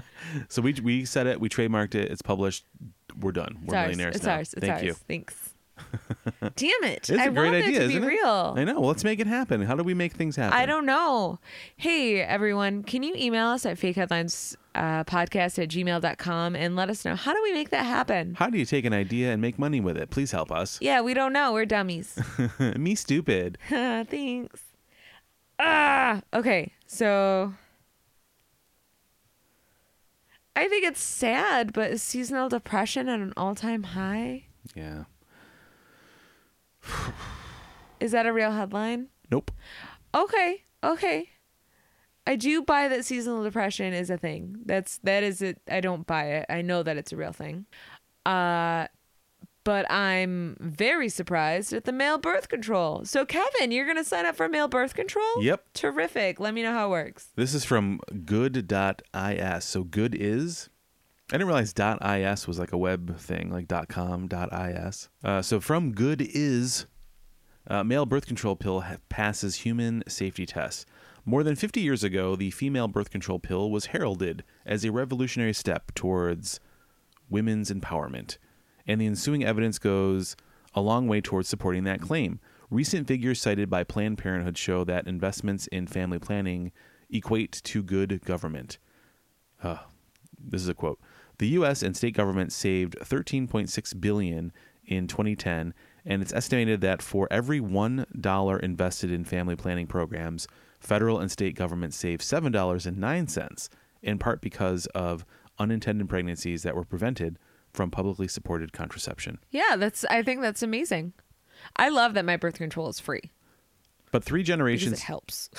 Speaker 1: So we we said it. We trademarked it. It's published. We're done. We're
Speaker 2: It's ours.
Speaker 1: millionaires
Speaker 2: It's
Speaker 1: now.
Speaker 2: ours. It's
Speaker 1: Thank
Speaker 2: ours.
Speaker 1: you.
Speaker 2: Thanks. Damn it!
Speaker 1: <laughs> It's
Speaker 2: I
Speaker 1: a great
Speaker 2: want
Speaker 1: idea,
Speaker 2: it to be
Speaker 1: isn't it?
Speaker 2: real.
Speaker 1: I know. Well, let's make it happen. How do we make things happen?
Speaker 2: I don't know. Hey, everyone, can you email us at fake headlines uh, podcast at gmail.com and let us know how do we make that happen?
Speaker 1: How do you take an idea and make money with it? Please help us. <laughs>
Speaker 2: Yeah, we don't know. We're dummies. <laughs>
Speaker 1: Me stupid.
Speaker 2: Thanks. Ah, okay. So I think it's sad, but is seasonal depression at an all-time high?
Speaker 1: Yeah.
Speaker 2: Is that a real headline?
Speaker 1: Nope.
Speaker 2: Okay. Okay. I do buy that seasonal depression is a thing. That's that is it. I don't buy it. I know that it's a real thing. Uh but I'm very surprised at the male birth control. So Kevin, you're going to sign up for male birth control?
Speaker 1: Yep.
Speaker 2: Terrific. Let me know how it works.
Speaker 1: This is from good.is. So good is. I didn't realize .is was like a web thing, like .com, .is. Uh, so from good is, uh, male birth control pill ha- passes human safety tests. More than 50 years ago, the female birth control pill was heralded as a revolutionary step towards women's empowerment. And the ensuing evidence goes a long way towards supporting that claim. Recent figures cited by Planned Parenthood show that investments in family planning equate to good government. This is a quote. The US and state governments saved 13.6 billion in 2010, and it's estimated that for every $1 invested in family planning programs, federal and state governments save $7.09 in part because of unintended pregnancies that were prevented from publicly supported contraception.
Speaker 2: Yeah, that's I think that's amazing. I love that my birth control is free
Speaker 1: But 3
Speaker 2: because
Speaker 1: generations
Speaker 2: it helps.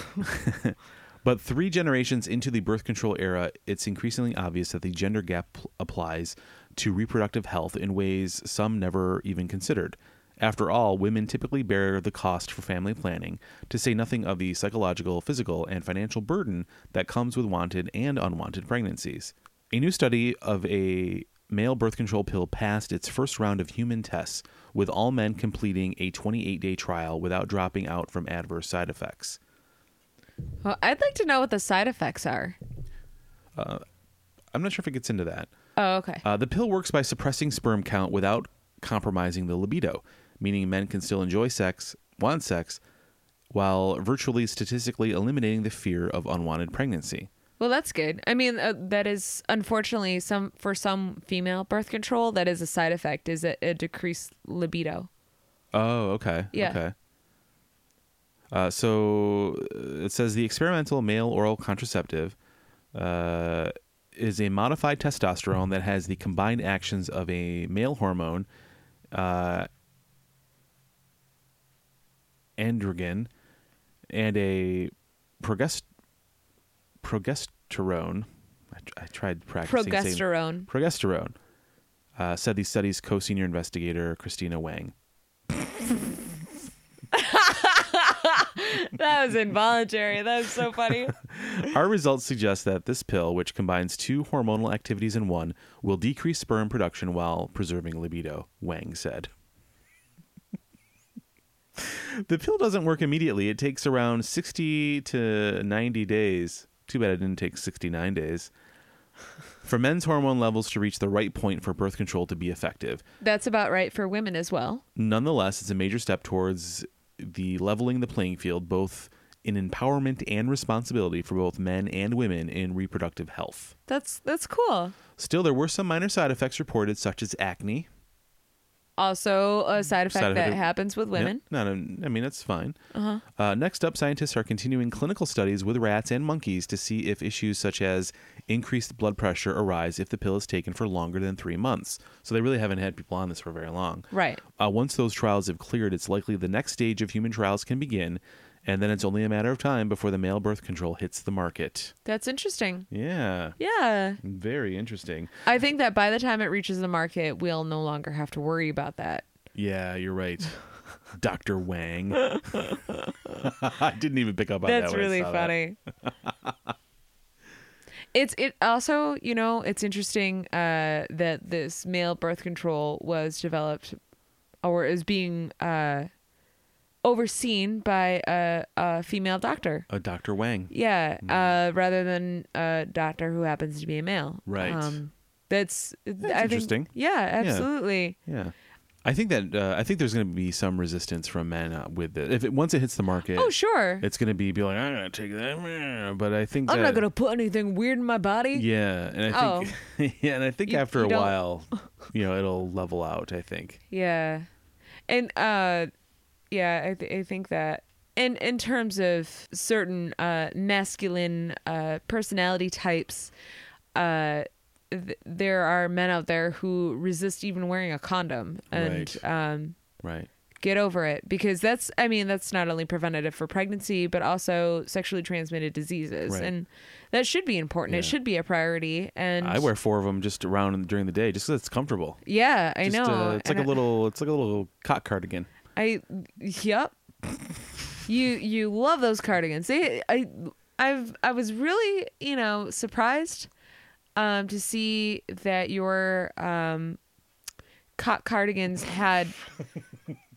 Speaker 1: But three generations into the birth control era, it's increasingly obvious that the gender gap pl- applies to reproductive health in ways some never even considered. After all, women typically bear the cost for family planning, to say nothing of the psychological, physical, and financial burden that comes with wanted and unwanted pregnancies. A new study of a male birth control pill passed its first round of human tests, with all men completing a 28 day trial without dropping out from adverse side effects.
Speaker 2: well, I'd like to know what the side effects are.
Speaker 1: I'm not sure if it gets into that.
Speaker 2: Oh, okay.
Speaker 1: Uh, the pill works by suppressing sperm count without compromising the libido, meaning men can still enjoy sex, want sex, while virtually statistically eliminating the fear of unwanted pregnancy.
Speaker 2: Well, that's good. I mean, uh, that is unfortunately some for some female birth control that is a side effect is a, a decreased libido.
Speaker 1: Oh, okay.
Speaker 2: Yeah.
Speaker 1: Okay. Uh, so uh, it says the experimental male oral contraceptive uh, is a modified testosterone that has the combined actions of a male hormone, uh, androgen, and a progest- progesterone. I, tr- I tried practicing saying- <laughs>
Speaker 2: Progesterone.
Speaker 1: progesterone, uh, said the study's co senior investigator, Christina Wang.
Speaker 2: that was involuntary. That was so funny.
Speaker 1: Our results suggest that this pill, which combines two hormonal activities in one, will decrease sperm production while preserving libido, Wang said. the pill doesn't work immediately. It takes around 60 to 90 days. Too bad it didn't take 69 days. For men's hormone levels to reach the right point for birth control to be effective.
Speaker 2: <laughs> That's about right for women as well.
Speaker 1: Nonetheless, it's a major step towards the leveling the playing field, both in empowerment and responsibility for both men and women in reproductive health.
Speaker 2: That's that's cool.
Speaker 1: Still, there were some minor side effects reported, such as acne.
Speaker 2: Also, a side effect
Speaker 1: Side effect
Speaker 2: that
Speaker 1: of-
Speaker 2: happens with women.
Speaker 1: No, no, no, I mean, that's fine. Uh-huh. next up, scientists are continuing clinical studies with rats and monkeys to see if issues such as increased blood pressure arise if the pill is taken for longer than three months. So they really haven't had people on this for very long.
Speaker 2: Right.
Speaker 1: Uh, once those trials have cleared, it's likely the next stage of human trials can begin, and then it's only a matter of time before the male birth control hits the market.
Speaker 2: That's interesting.
Speaker 1: Yeah,
Speaker 2: Yeah.
Speaker 1: very interesting.
Speaker 2: I think that by the time it reaches the market, we'll no longer have to worry about that.
Speaker 1: Yeah, you're
Speaker 2: <laughs>
Speaker 1: right. Dr. Wang. <laughs> I didn't even pick up on
Speaker 2: That's
Speaker 1: that. when I
Speaker 2: really
Speaker 1: saw that.
Speaker 2: funny.
Speaker 1: <laughs>
Speaker 2: it's it also, you know, it's interesting uh that this male birth control was developed or is being uh overseen by a, a female doctor.
Speaker 1: Uh, Dr. Wang.
Speaker 2: Yeah,
Speaker 1: Hmm.
Speaker 2: uh, rather than a doctor who happens to be a male. Um,
Speaker 1: Right.
Speaker 2: that's, I think-
Speaker 1: interesting.
Speaker 2: yeah, absolutely.
Speaker 1: Yeah. I think that uh, I think there's going to be some resistance from men uh, with it. If it once it hits the market,
Speaker 2: Oh, sure.
Speaker 1: it's going to be be like I'm going to take that. meh," But I think
Speaker 2: I'm
Speaker 1: that-
Speaker 2: not gonna put anything weird in my body.
Speaker 1: Yeah, and I think <laughs> yeah, and I think
Speaker 2: Oh. You-
Speaker 1: after
Speaker 2: you
Speaker 1: a
Speaker 2: don't- <laughs>
Speaker 1: while, you know, it'll level out. I think.
Speaker 2: Yeah, and uh, yeah, I, th- I think that, and in terms of certain uh, masculine uh, personality types, uh, th- there are men out there who resist even wearing a condom, and
Speaker 1: Right.
Speaker 2: um,
Speaker 1: Right.
Speaker 2: get over it because that's, I mean, that's not only preventative for pregnancy but also sexually transmitted diseases,
Speaker 1: Right.
Speaker 2: and that should be important.
Speaker 1: Yeah.
Speaker 2: It should be a priority. And
Speaker 1: I wear four of them just around during the day, just 'cause it's comfortable.
Speaker 2: Yeah, I
Speaker 1: Just,
Speaker 2: know.
Speaker 1: Uh, it's like a
Speaker 2: and I-
Speaker 1: little. It's like a little cock
Speaker 2: <laughs>
Speaker 1: cardigan.
Speaker 2: I yep. you you love those cardigans. They I I've I was really, you know, surprised um to see that your um cock cardigans had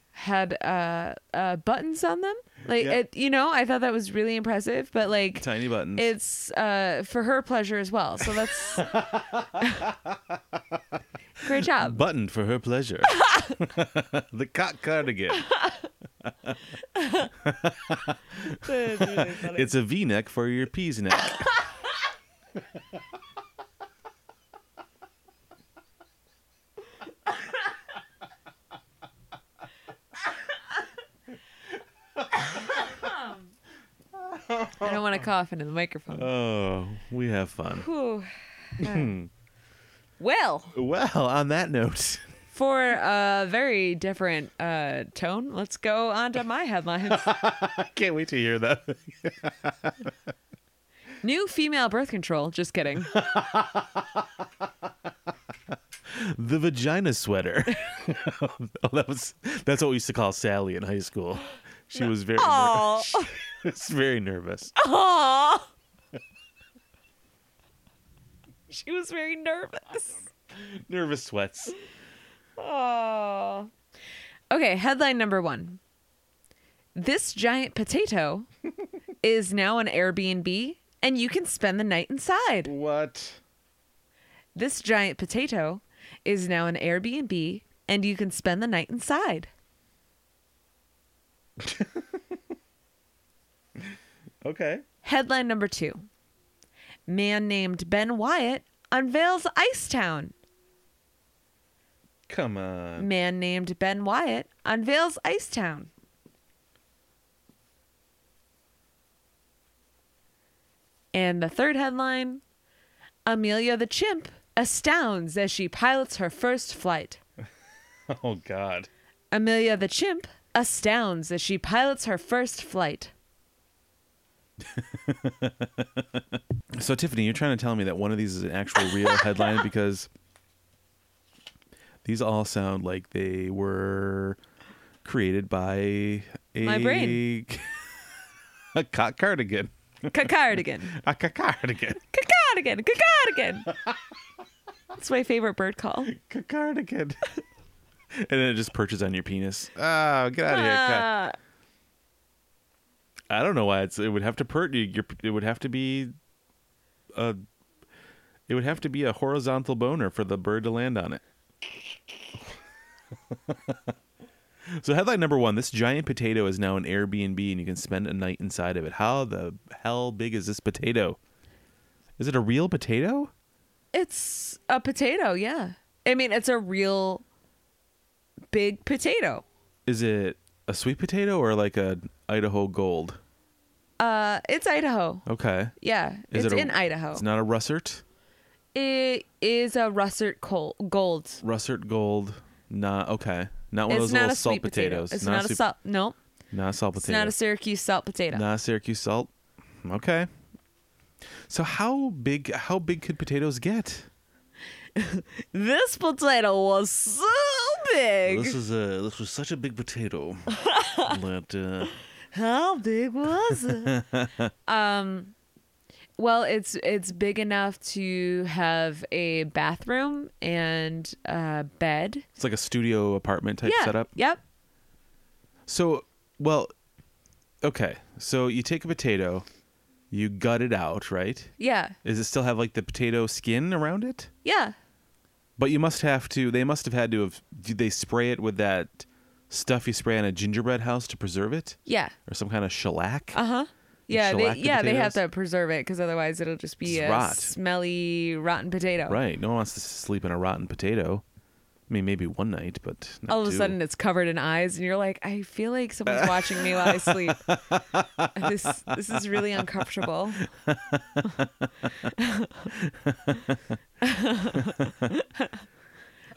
Speaker 2: had uh, uh buttons on them. Like
Speaker 1: Yeah.
Speaker 2: it, you know, I thought that was really impressive, but like
Speaker 1: Tiny buttons.
Speaker 2: it's uh for her pleasure as well. So that's Great job.
Speaker 1: buttoned for her
Speaker 2: <laughs>
Speaker 1: pleasure. <laughs> the cock cardigan. It's a V-neck for your peas neck.
Speaker 2: <laughs> I don't want to cough into the microphone.
Speaker 1: oh, we have fun.
Speaker 2: Whew. well,
Speaker 1: Well, on that note, <laughs>
Speaker 2: for a very different uh, tone, let's go on to my headlines.
Speaker 1: I can't wait to hear that.
Speaker 2: New female birth control. Just kidding.
Speaker 1: the vagina sweater. <laughs> oh, that was that's what we used to call Sally in high school. She was very ner-
Speaker 2: Oh,
Speaker 1: she was very nervous. <laughs>
Speaker 2: oh. <laughs> She was very nervous.
Speaker 1: nervous sweats.
Speaker 2: Oh. Okay, headline number one. This giant potato is now an Airbnb, and you can spend the night inside.
Speaker 1: What?
Speaker 2: This giant potato is now an Airbnb, and you can spend the night inside.
Speaker 1: Okay.
Speaker 2: Headline number two Man named Ben Wyatt unveils Icetown.
Speaker 1: Come on. <laughs>
Speaker 2: Man named Ben Wyatt unveils Icetown. And the third headline Amelia the chimp astounds as she pilots her first flight.
Speaker 1: Oh God.
Speaker 2: Amelia the chimp astounds as she pilots her first flight.
Speaker 1: So Tiffany, you're trying to tell me that one of these is an actual
Speaker 2: <laughs>
Speaker 1: real headline because these all sound like they were created by a <laughs>
Speaker 2: My brain.
Speaker 1: a cock cardigan.
Speaker 2: Cacardigan.
Speaker 1: A cacardigan.
Speaker 2: Cacardigan. Cacardigan. That's my favorite bird call.
Speaker 1: Cacardigan. <laughs> and then it just perches on your penis. Oh, get out of here. ca-
Speaker 2: Ah.
Speaker 1: I don't know why it's. It would have to per. you- Your, it would have to be a. It would have to be a horizontal boner for the bird to land on it. <laughs> so headline number one: This giant potato is now an Airbnb, and you can spend a night inside of it. How the hell big is this potato? Is it a real potato?
Speaker 2: It's a potato, yeah. I mean, it's a real big potato.
Speaker 1: Is it a sweet potato or like a Idaho Gold?
Speaker 2: Uh, it's Idaho.
Speaker 1: Okay,
Speaker 2: Yeah,
Speaker 1: Is
Speaker 2: it's
Speaker 1: it a-
Speaker 2: in Idaho.
Speaker 1: it's not a russert.
Speaker 2: it is a russet col- gold.
Speaker 1: Russert Gold, not okay. Not one of
Speaker 2: It's
Speaker 1: those
Speaker 2: not
Speaker 1: little
Speaker 2: a
Speaker 1: salt
Speaker 2: sweet potato.
Speaker 1: potatoes.
Speaker 2: It's not, a
Speaker 1: sweet-
Speaker 2: salt. No,
Speaker 1: Not a salt
Speaker 2: it's
Speaker 1: potato.
Speaker 2: not a Syracuse salt potato.
Speaker 1: Not a Syracuse salt. Okay. So how big how big could potatoes get?
Speaker 2: This potato was so big.
Speaker 1: is a this was such a big potato that uh,
Speaker 2: How big was it?
Speaker 1: <laughs>
Speaker 2: um, well, it's it's big enough to have a bathroom and a bed.
Speaker 1: it's like a studio apartment type
Speaker 2: yeah.
Speaker 1: setup.
Speaker 2: Yep.
Speaker 1: So well, okay. So you take a potato, you gut it out, right?
Speaker 2: Yeah.
Speaker 1: Does it still have like the potato skin around it?
Speaker 2: Yeah.
Speaker 1: But you must have to. They must have had to have. Did they spray it with that stuff you spray on a gingerbread house to preserve it,
Speaker 2: Yeah.
Speaker 1: or some kind of shellac?
Speaker 2: Uh huh. Yeah, they,
Speaker 1: shellac the
Speaker 2: yeah, they have to
Speaker 1: potatoes?
Speaker 2: preserve it because otherwise it'll just be
Speaker 1: It's
Speaker 2: a
Speaker 1: rot.
Speaker 2: smelly, rotten potato.
Speaker 1: Right. No one wants to sleep in a rotten potato. I mean, maybe one night, but not
Speaker 2: All of a
Speaker 1: two. <laughs>
Speaker 2: sudden, it's covered in eyes, and you're like, I feel like someone's watching me while
Speaker 1: <laughs>
Speaker 2: I sleep. this this is really uncomfortable.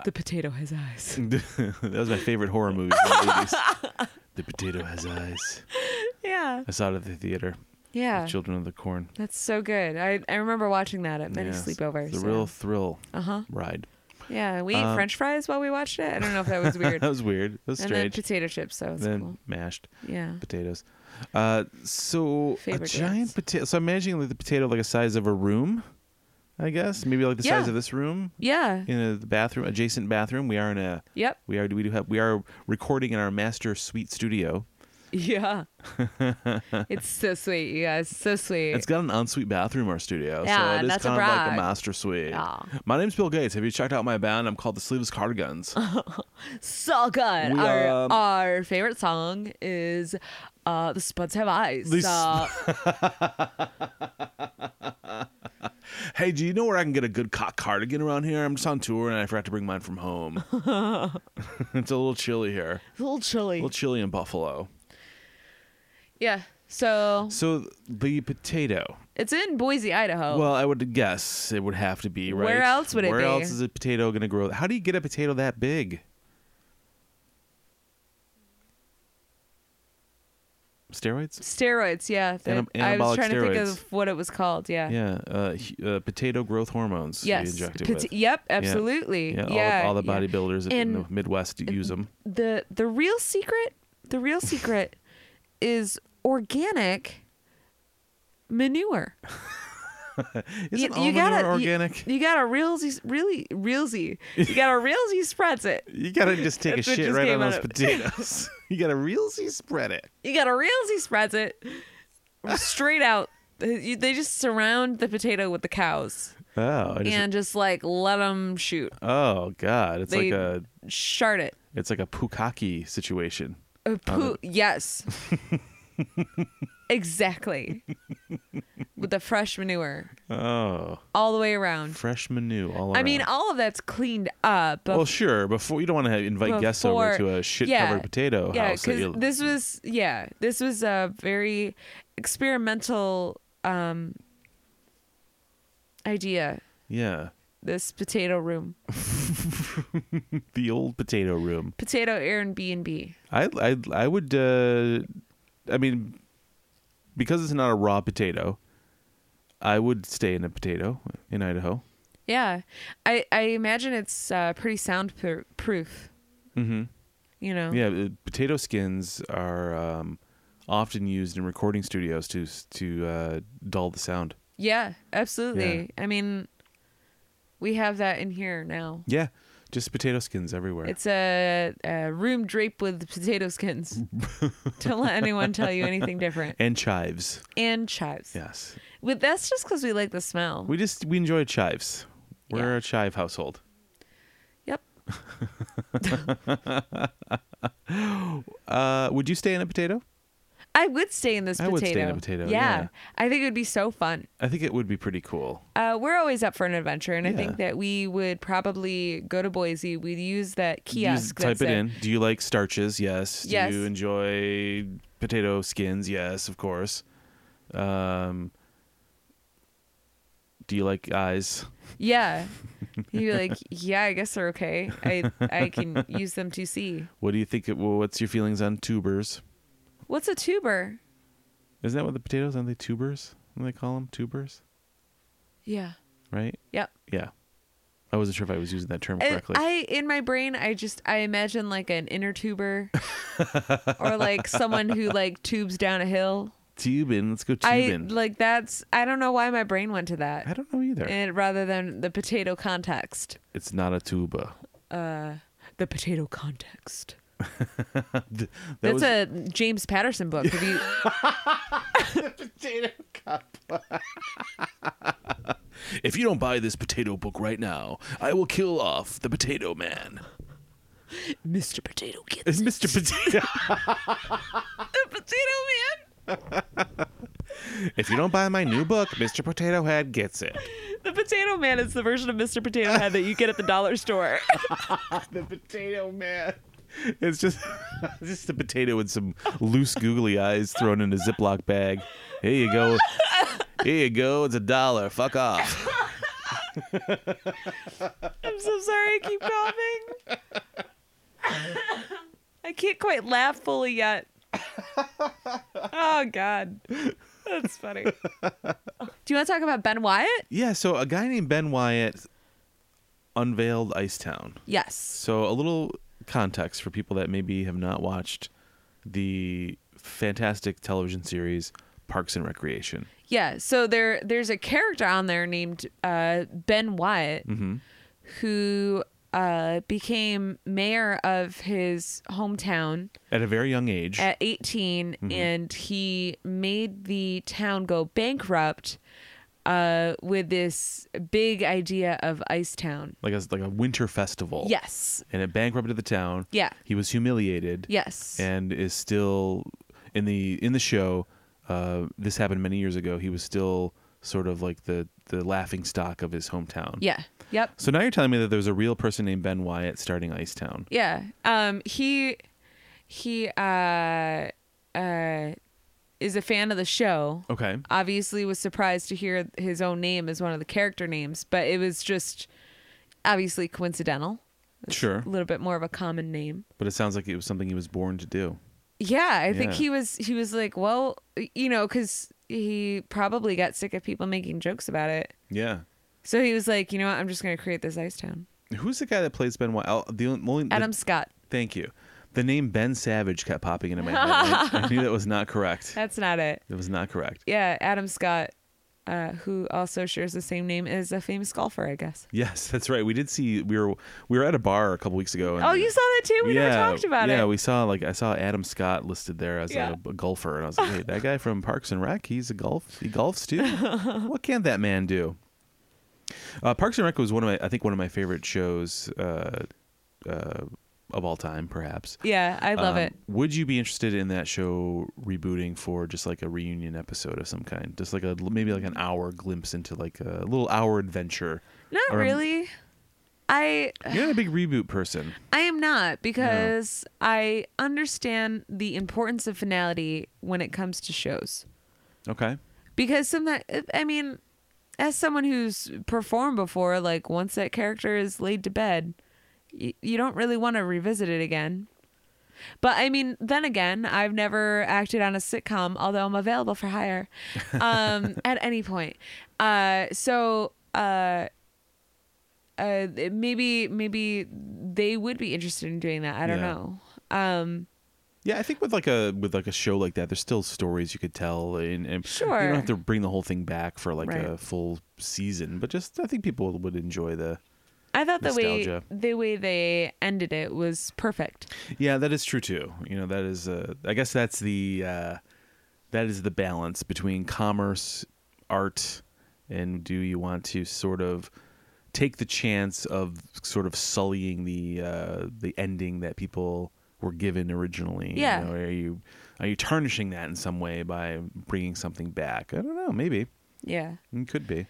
Speaker 2: the potato has eyes.
Speaker 1: that was my favorite horror movie. from the
Speaker 2: <laughs>
Speaker 1: 80s. The potato has eyes.
Speaker 2: Yeah,
Speaker 1: I saw it at the theater.
Speaker 2: yeah,
Speaker 1: The Children of the Corn.
Speaker 2: that's so good. I I remember watching that at many
Speaker 1: Yes.
Speaker 2: sleepovers.
Speaker 1: The real thrill
Speaker 2: Uh huh.
Speaker 1: ride.
Speaker 2: Yeah, we ate
Speaker 1: Um,
Speaker 2: French fries while we watched it. I don't know if
Speaker 1: <laughs>
Speaker 2: that was weird.
Speaker 1: That was weird. That was
Speaker 2: and then
Speaker 1: strange.
Speaker 2: potato chips, so it's
Speaker 1: then
Speaker 2: cool.
Speaker 1: mashed
Speaker 2: Yeah.
Speaker 1: potatoes. Uh, so
Speaker 2: Favorite
Speaker 1: a giant
Speaker 2: dance.
Speaker 1: potato. So I'm imagining like the potato like a size of a room, I guess. Maybe like the size
Speaker 2: Yeah.
Speaker 1: of this room
Speaker 2: Yeah.
Speaker 1: in a, the bathroom, adjacent bathroom. We are in a
Speaker 2: Yep.
Speaker 1: We are. We do have. We are recording in our master suite studio. <laughs>
Speaker 2: Yeah. it's so sweet, you guys. So sweet.
Speaker 1: It's got an ensuite bathroom. Our studio.
Speaker 2: Yeah,
Speaker 1: so it is
Speaker 2: that's a
Speaker 1: kind of like a
Speaker 2: brag.
Speaker 1: master suite.
Speaker 2: Aw.
Speaker 1: My name's Bill Gates. Have you checked out my band? I'm called the Sleeveless
Speaker 2: <laughs>
Speaker 1: Cardigans.
Speaker 2: so good.
Speaker 1: We,
Speaker 2: our
Speaker 1: um,
Speaker 2: our favorite song is uh The Spuds Have Eyes.
Speaker 1: The <laughs>
Speaker 2: Uh,
Speaker 1: hey, do you know where I can get a good cock cardigan around here? I'm just on tour and I forgot to bring mine from
Speaker 2: <laughs>
Speaker 1: home. <laughs> it's a little chilly here.
Speaker 2: it's a little chilly.
Speaker 1: A little chilly in Buffalo.
Speaker 2: yeah. So
Speaker 1: So the potato.
Speaker 2: it's in Boise, Idaho.
Speaker 1: Well, I would guess it would have to be right.
Speaker 2: Oh. Where else would it
Speaker 1: Where
Speaker 2: be?
Speaker 1: else is a potato going to grow? How do you get a potato that big? Steroids.
Speaker 2: steroids, yeah.
Speaker 1: Ana-
Speaker 2: That- I was
Speaker 1: anabolic
Speaker 2: trying to think
Speaker 1: steroids.
Speaker 2: of what it was called, yeah.
Speaker 1: Yeah, uh, hu- uh, potato growth hormones. you
Speaker 2: Yes.
Speaker 1: inject it
Speaker 2: Pot-
Speaker 1: with.
Speaker 2: Yep, absolutely.
Speaker 1: Yeah,
Speaker 2: Yeah.
Speaker 1: all, all the
Speaker 2: yeah.
Speaker 1: bodybuilders in the
Speaker 2: And-
Speaker 1: Midwest use them.
Speaker 2: the the real secret the
Speaker 1: <laughs>
Speaker 2: real secret is organic manure
Speaker 1: Isn't all
Speaker 2: gotta-
Speaker 1: manure organic?
Speaker 2: you, you got a realsy really realsy you got a realsy spreads it
Speaker 1: You, gotta just take a
Speaker 2: That's what
Speaker 1: shit
Speaker 2: just
Speaker 1: right on
Speaker 2: came
Speaker 1: those
Speaker 2: out of-
Speaker 1: potatoes. <laughs> you gotta realsy spread
Speaker 2: <laughs>
Speaker 1: it.
Speaker 2: you got a realsy spreads it straight out You- they just surround the potato with the cows
Speaker 1: Oh, I just-
Speaker 2: and just like let them shoot
Speaker 1: oh god, it's
Speaker 2: they
Speaker 1: like a
Speaker 2: shard it
Speaker 1: it's like a pukaki situation.
Speaker 2: A poo-
Speaker 1: <laughs>
Speaker 2: yes exactly with the fresh manure
Speaker 1: Oh,
Speaker 2: all the way around
Speaker 1: fresh menu all around.
Speaker 2: I mean, all of that's cleaned up. But
Speaker 1: well, sure. Before you don't want to invite guests over to
Speaker 2: before-
Speaker 1: a shit
Speaker 2: yeah,
Speaker 1: covered potato
Speaker 2: yeah,
Speaker 1: house. that
Speaker 2: because
Speaker 1: you-
Speaker 2: this was yeah, this was a very experimental um idea.
Speaker 1: yeah,
Speaker 2: This potato room,
Speaker 1: the old potato room.
Speaker 2: potato Airbnb.
Speaker 1: I I I would. Uh, I mean, because it's not a raw potato, I would stay in a potato in Idaho.
Speaker 2: Yeah, I I imagine it's uh, pretty soundproof.
Speaker 1: Mm-hmm.
Speaker 2: You know.
Speaker 1: Yeah, uh, potato skins are um, often used in recording studios to to uh, dull the sound.
Speaker 2: Yeah, absolutely. I mean, we have that in here now.
Speaker 1: Yeah, just potato skins everywhere.
Speaker 2: It's a, a room draped with potato
Speaker 1: <laughs>
Speaker 2: skins. Don't let anyone tell you anything different.
Speaker 1: and chives.
Speaker 2: And chives.
Speaker 1: Yes,
Speaker 2: But that's just because we like the smell.
Speaker 1: we just we enjoy chives. We're
Speaker 2: Yeah.
Speaker 1: a chive household.
Speaker 2: yep.
Speaker 1: Uh, would you stay in a potato?
Speaker 2: I would stay in this
Speaker 1: I
Speaker 2: potato.
Speaker 1: would stay in a potato, yeah.
Speaker 2: I think it would be so fun.
Speaker 1: I think it would be pretty cool.
Speaker 2: Uh, we're always up for an adventure, and I
Speaker 1: Yeah.
Speaker 2: think that we would probably go to Boise. We'd use that kiosk.
Speaker 1: Use-
Speaker 2: that's
Speaker 1: type it
Speaker 2: there.
Speaker 1: in. Do you like starches? Yes. Do
Speaker 2: Yes.
Speaker 1: you enjoy potato skins? Yes, of course. Um, do you like eyes? <laughs>
Speaker 2: Yeah. You'd be like, yeah, I guess they're okay. I I
Speaker 1: <laughs>
Speaker 2: can use them to see.
Speaker 1: What do you think? It, well, what's your feelings on tubers?
Speaker 2: What's a tuber?
Speaker 1: Isn't that what the potatoes? Aren't they tubers? What do they call them? Tubers,
Speaker 2: Yeah.
Speaker 1: right?
Speaker 2: Yep.
Speaker 1: Yeah. I wasn't sure if I was using that term
Speaker 2: Uh, I,
Speaker 1: correctly.
Speaker 2: I in my brain I just I imagine like an
Speaker 1: <laughs>
Speaker 2: inner tuber or like someone who like tubes down a hill.
Speaker 1: tubing. Let's go
Speaker 2: I
Speaker 1: tubing.
Speaker 2: like that's I don't know why my brain went to that.
Speaker 1: I don't know either.
Speaker 2: and rather than the potato context.
Speaker 1: it's not a tuba.
Speaker 2: Uh the potato context.
Speaker 1: <laughs> Th- that
Speaker 2: That's
Speaker 1: was-
Speaker 2: a James Patterson book. Have
Speaker 1: <laughs>
Speaker 2: you
Speaker 1: potato cup. if you don't buy this potato book right now, I will kill off the potato <laughs> man.
Speaker 2: Mr. Potato Kid?
Speaker 1: It's Mr. Potato.
Speaker 2: potato man.
Speaker 1: <laughs> if you don't buy my new book, Mr. Potato Head gets it.
Speaker 2: The potato man is the version of Mr. Potato Head that you get at the
Speaker 1: <laughs>
Speaker 2: dollar store.
Speaker 1: The potato man. It's just it's <laughs> just a potato with some loose googly eyes thrown in a Ziploc bag. Here you go. Here you go. It's a dollar. Fuck off. <laughs>
Speaker 2: I'm so sorry I keep coughing. I can't quite laugh fully yet. Oh God. That's funny. Do you want to talk about Ben Wyatt?
Speaker 1: Yeah, so a guy named Ben Wyatt unveiled Icetown.
Speaker 2: Yes.
Speaker 1: So a little context for people that maybe have not watched the fantastic television series Parks and Recreation.
Speaker 2: Yeah. So there there's a character on there named uh, Ben Wyatt who uh, became mayor of his hometown
Speaker 1: At a very young age,
Speaker 2: at 18 and he made the town go bankrupt uh, with this big idea of Ice Town.
Speaker 1: like a like a winter festival.
Speaker 2: Yes.
Speaker 1: And it bankrupted the town.
Speaker 2: Yeah.
Speaker 1: He was humiliated.
Speaker 2: Yes.
Speaker 1: And is still in the in the show. Uh, this happened many years ago. He was still sort of like the the laughing stock of his hometown.
Speaker 2: yeah. Yep.
Speaker 1: So now you're telling me that there's a real person named Ben Wyatt starting Icetown.
Speaker 2: Yeah. Um he he uh uh is a fan of the show.
Speaker 1: Okay.
Speaker 2: Obviously was surprised to hear his own name as one of the character names, but it was just obviously coincidental.
Speaker 1: Sure.
Speaker 2: A little bit more of a common name.
Speaker 1: But it sounds like it was something he was born to do.
Speaker 2: Yeah, I think
Speaker 1: Yeah.
Speaker 2: he was he was like, well, you know, cuz he probably got sick of people making jokes about it.
Speaker 1: Yeah.
Speaker 2: So he was like, you know what, I'm just going to create this ice town.
Speaker 1: Who's the guy that plays Ben Wyatt? I'll- The only the-
Speaker 2: Adam Scott.
Speaker 1: thank you. The name Ben Savage kept popping into my head. I, I knew that was not
Speaker 2: <laughs>
Speaker 1: correct.
Speaker 2: That's not it.
Speaker 1: It was not correct.
Speaker 2: yeah, Adam Scott, uh, who also shares the same name, is a famous golfer, I guess.
Speaker 1: Yes, that's right. We did see we were we were at a bar a couple weeks ago. And
Speaker 2: Oh, you saw that too? We
Speaker 1: yeah,
Speaker 2: never talked about
Speaker 1: yeah,
Speaker 2: it.
Speaker 1: we saw like I saw Adam Scott listed there as
Speaker 2: Yeah.
Speaker 1: a, a golfer, and I was like, wait, that guy from Parks and Rec, he's a golf, he golfs
Speaker 2: <laughs>
Speaker 1: too. what can that man do? Uh, Parks and Rec was one of my, I think, one of my favorite shows uh, uh, of all time, perhaps.
Speaker 2: yeah, I love
Speaker 1: Um,
Speaker 2: it.
Speaker 1: Would you be interested in that show rebooting for just like a reunion episode of some kind? Just like a maybe like an hour glimpse into like a little hour adventure.
Speaker 2: Not
Speaker 1: or-
Speaker 2: really. I
Speaker 1: You're not a big reboot person.
Speaker 2: I am not because I understand the importance of finality when it comes to shows.
Speaker 1: Okay.
Speaker 2: Because sometimes, I mean, as someone who's performed before, like once that character is laid to bed, you, you don't really want to revisit it again. But I mean, then again, I've never acted on a sitcom, although I'm available
Speaker 1: <laughs>
Speaker 2: for hire um, at any point. Uh, so uh, uh, maybe maybe they would be interested in doing that. I don't
Speaker 1: Yeah.
Speaker 2: know. Um,
Speaker 1: Yeah, I think with like a with like a show like that, there's still stories you could tell, and, and you
Speaker 2: Sure.
Speaker 1: don't have to bring the whole thing back for like a
Speaker 2: Right.
Speaker 1: full season. But just I think people would enjoy the.
Speaker 2: I thought the way
Speaker 1: Nostalgia.
Speaker 2: the way they ended it was perfect.
Speaker 1: Yeah, that is true too. You know, that is uh, I guess that's the uh, that is the balance between commerce, art, and do you want to sort of take the chance of sort of sullying the uh, the ending that people were given originally? You
Speaker 2: Yeah.
Speaker 1: know, are you are you tarnishing that in some way by bringing something back? I don't know. Maybe
Speaker 2: Yeah.
Speaker 1: it Mm, could be.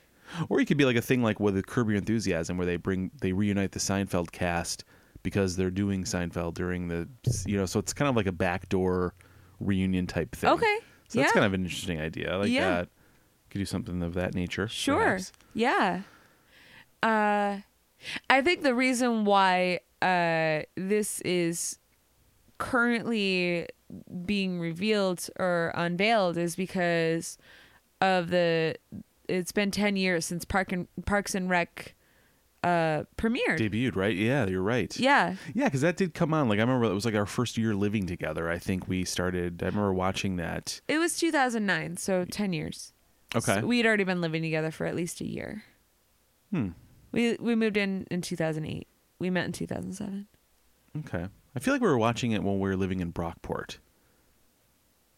Speaker 1: Or it could be like a thing like with Curb Your Enthusiasm, where they bring they reunite the Seinfeld cast because they're doing Seinfeld during the you know, so it's kind of like a backdoor reunion type thing.
Speaker 2: Okay.
Speaker 1: so that's
Speaker 2: Yeah.
Speaker 1: kind of an interesting idea. I like
Speaker 2: Yeah.
Speaker 1: that. Could do something of that nature.
Speaker 2: Sure.
Speaker 1: perhaps.
Speaker 2: Yeah. Uh, I think the reason why uh, this is currently being revealed or unveiled is because of the. It's been ten years since Park and Parks and Rec uh, premiered.
Speaker 1: Debuted, right? Yeah, you're right.
Speaker 2: Yeah.
Speaker 1: Yeah, because that did come on. Like I remember, it was like our first year living together. I think we started. I remember watching that.
Speaker 2: It was 2009, so 10 years.
Speaker 1: Okay.
Speaker 2: So we had already been living together for at least a year.
Speaker 1: Hmm.
Speaker 2: We we moved in in 2008. We met in 2007.
Speaker 1: Okay. I feel like we were watching it when we were living in Brockport.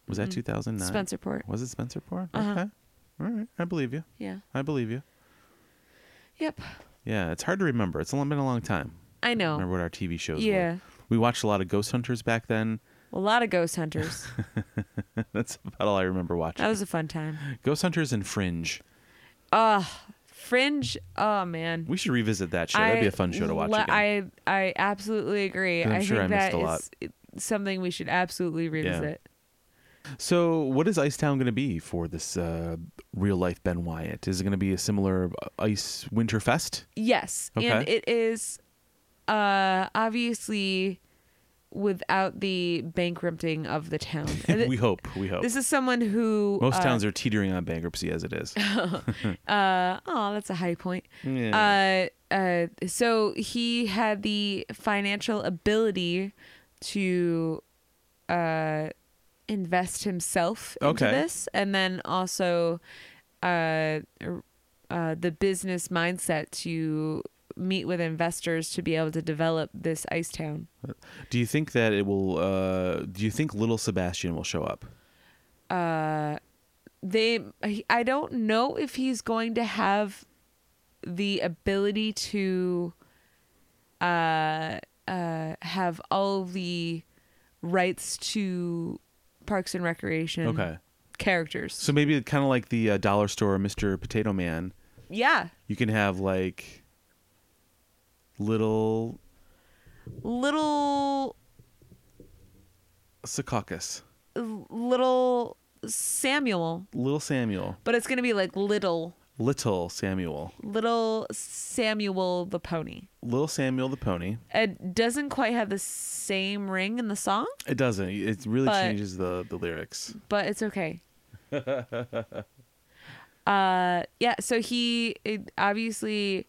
Speaker 1: Was that 2009?
Speaker 2: Spencerport.
Speaker 1: Was it Spencerport?
Speaker 2: Mm-hmm. Uh-huh.
Speaker 1: Okay. All right. I believe you.
Speaker 2: Yeah.
Speaker 1: I believe you.
Speaker 2: Yep.
Speaker 1: Yeah, it's hard to remember. It's only been a long time.
Speaker 2: I know.
Speaker 1: Remember what our TV shows were.
Speaker 2: Oh. Yeah.
Speaker 1: We watched a lot of Ghost Hunters back then. <laughs>
Speaker 2: A lot of ghost hunters.
Speaker 1: That's about all I remember watching.
Speaker 2: that was a fun time.
Speaker 1: Ghost Hunters and Fringe.
Speaker 2: Fringe. Oh man.
Speaker 1: We should revisit that show. That'd be a fun show to watch
Speaker 2: le-
Speaker 1: again.
Speaker 2: I I absolutely agree.
Speaker 1: I'm
Speaker 2: I
Speaker 1: sure
Speaker 2: think
Speaker 1: I missed
Speaker 2: that
Speaker 1: a
Speaker 2: is
Speaker 1: lot.
Speaker 2: something we should absolutely revisit.
Speaker 1: So, what is Icetown going to be for this uh, real life Ben Wyatt? Is it going to be a similar uh, Ice Winter Fest?
Speaker 2: Yes. And
Speaker 1: Okay.
Speaker 2: it is uh obviously without the bankrupting of the
Speaker 1: <laughs>
Speaker 2: town. And th-
Speaker 1: we hope. We hope.
Speaker 2: this is someone who
Speaker 1: Most
Speaker 2: uh,
Speaker 1: towns are teetering on bankruptcy as it is.
Speaker 2: uh oh, that's a high point.
Speaker 1: Yeah.
Speaker 2: Uh uh so he had the financial ability to uh invest himself into
Speaker 1: Okay.
Speaker 2: this and then also uh r- uh the business mindset to meet with investors to be able to develop this ice town.
Speaker 1: do you think that it will? Uh, do you think Little Sebastian will show up?
Speaker 2: they i don't know if he's going to have the ability to uh uh have all the rights to parks and recreation
Speaker 1: Okay.
Speaker 2: characters
Speaker 1: So maybe kind of like the uh, dollar store Mr. Potato Man,
Speaker 2: yeah
Speaker 1: you can have like little
Speaker 2: little
Speaker 1: Secaucus,
Speaker 2: little samuel
Speaker 1: little Samuel,
Speaker 2: but it's gonna be like little
Speaker 1: little Samuel,
Speaker 2: little samuel the pony
Speaker 1: little Samuel the pony.
Speaker 2: it doesn't quite have the same ring in the song
Speaker 1: It doesn't. It really
Speaker 2: But-
Speaker 1: changes the the lyrics.
Speaker 2: but it's
Speaker 1: <laughs>
Speaker 2: okay. uh yeah, so he it, obviously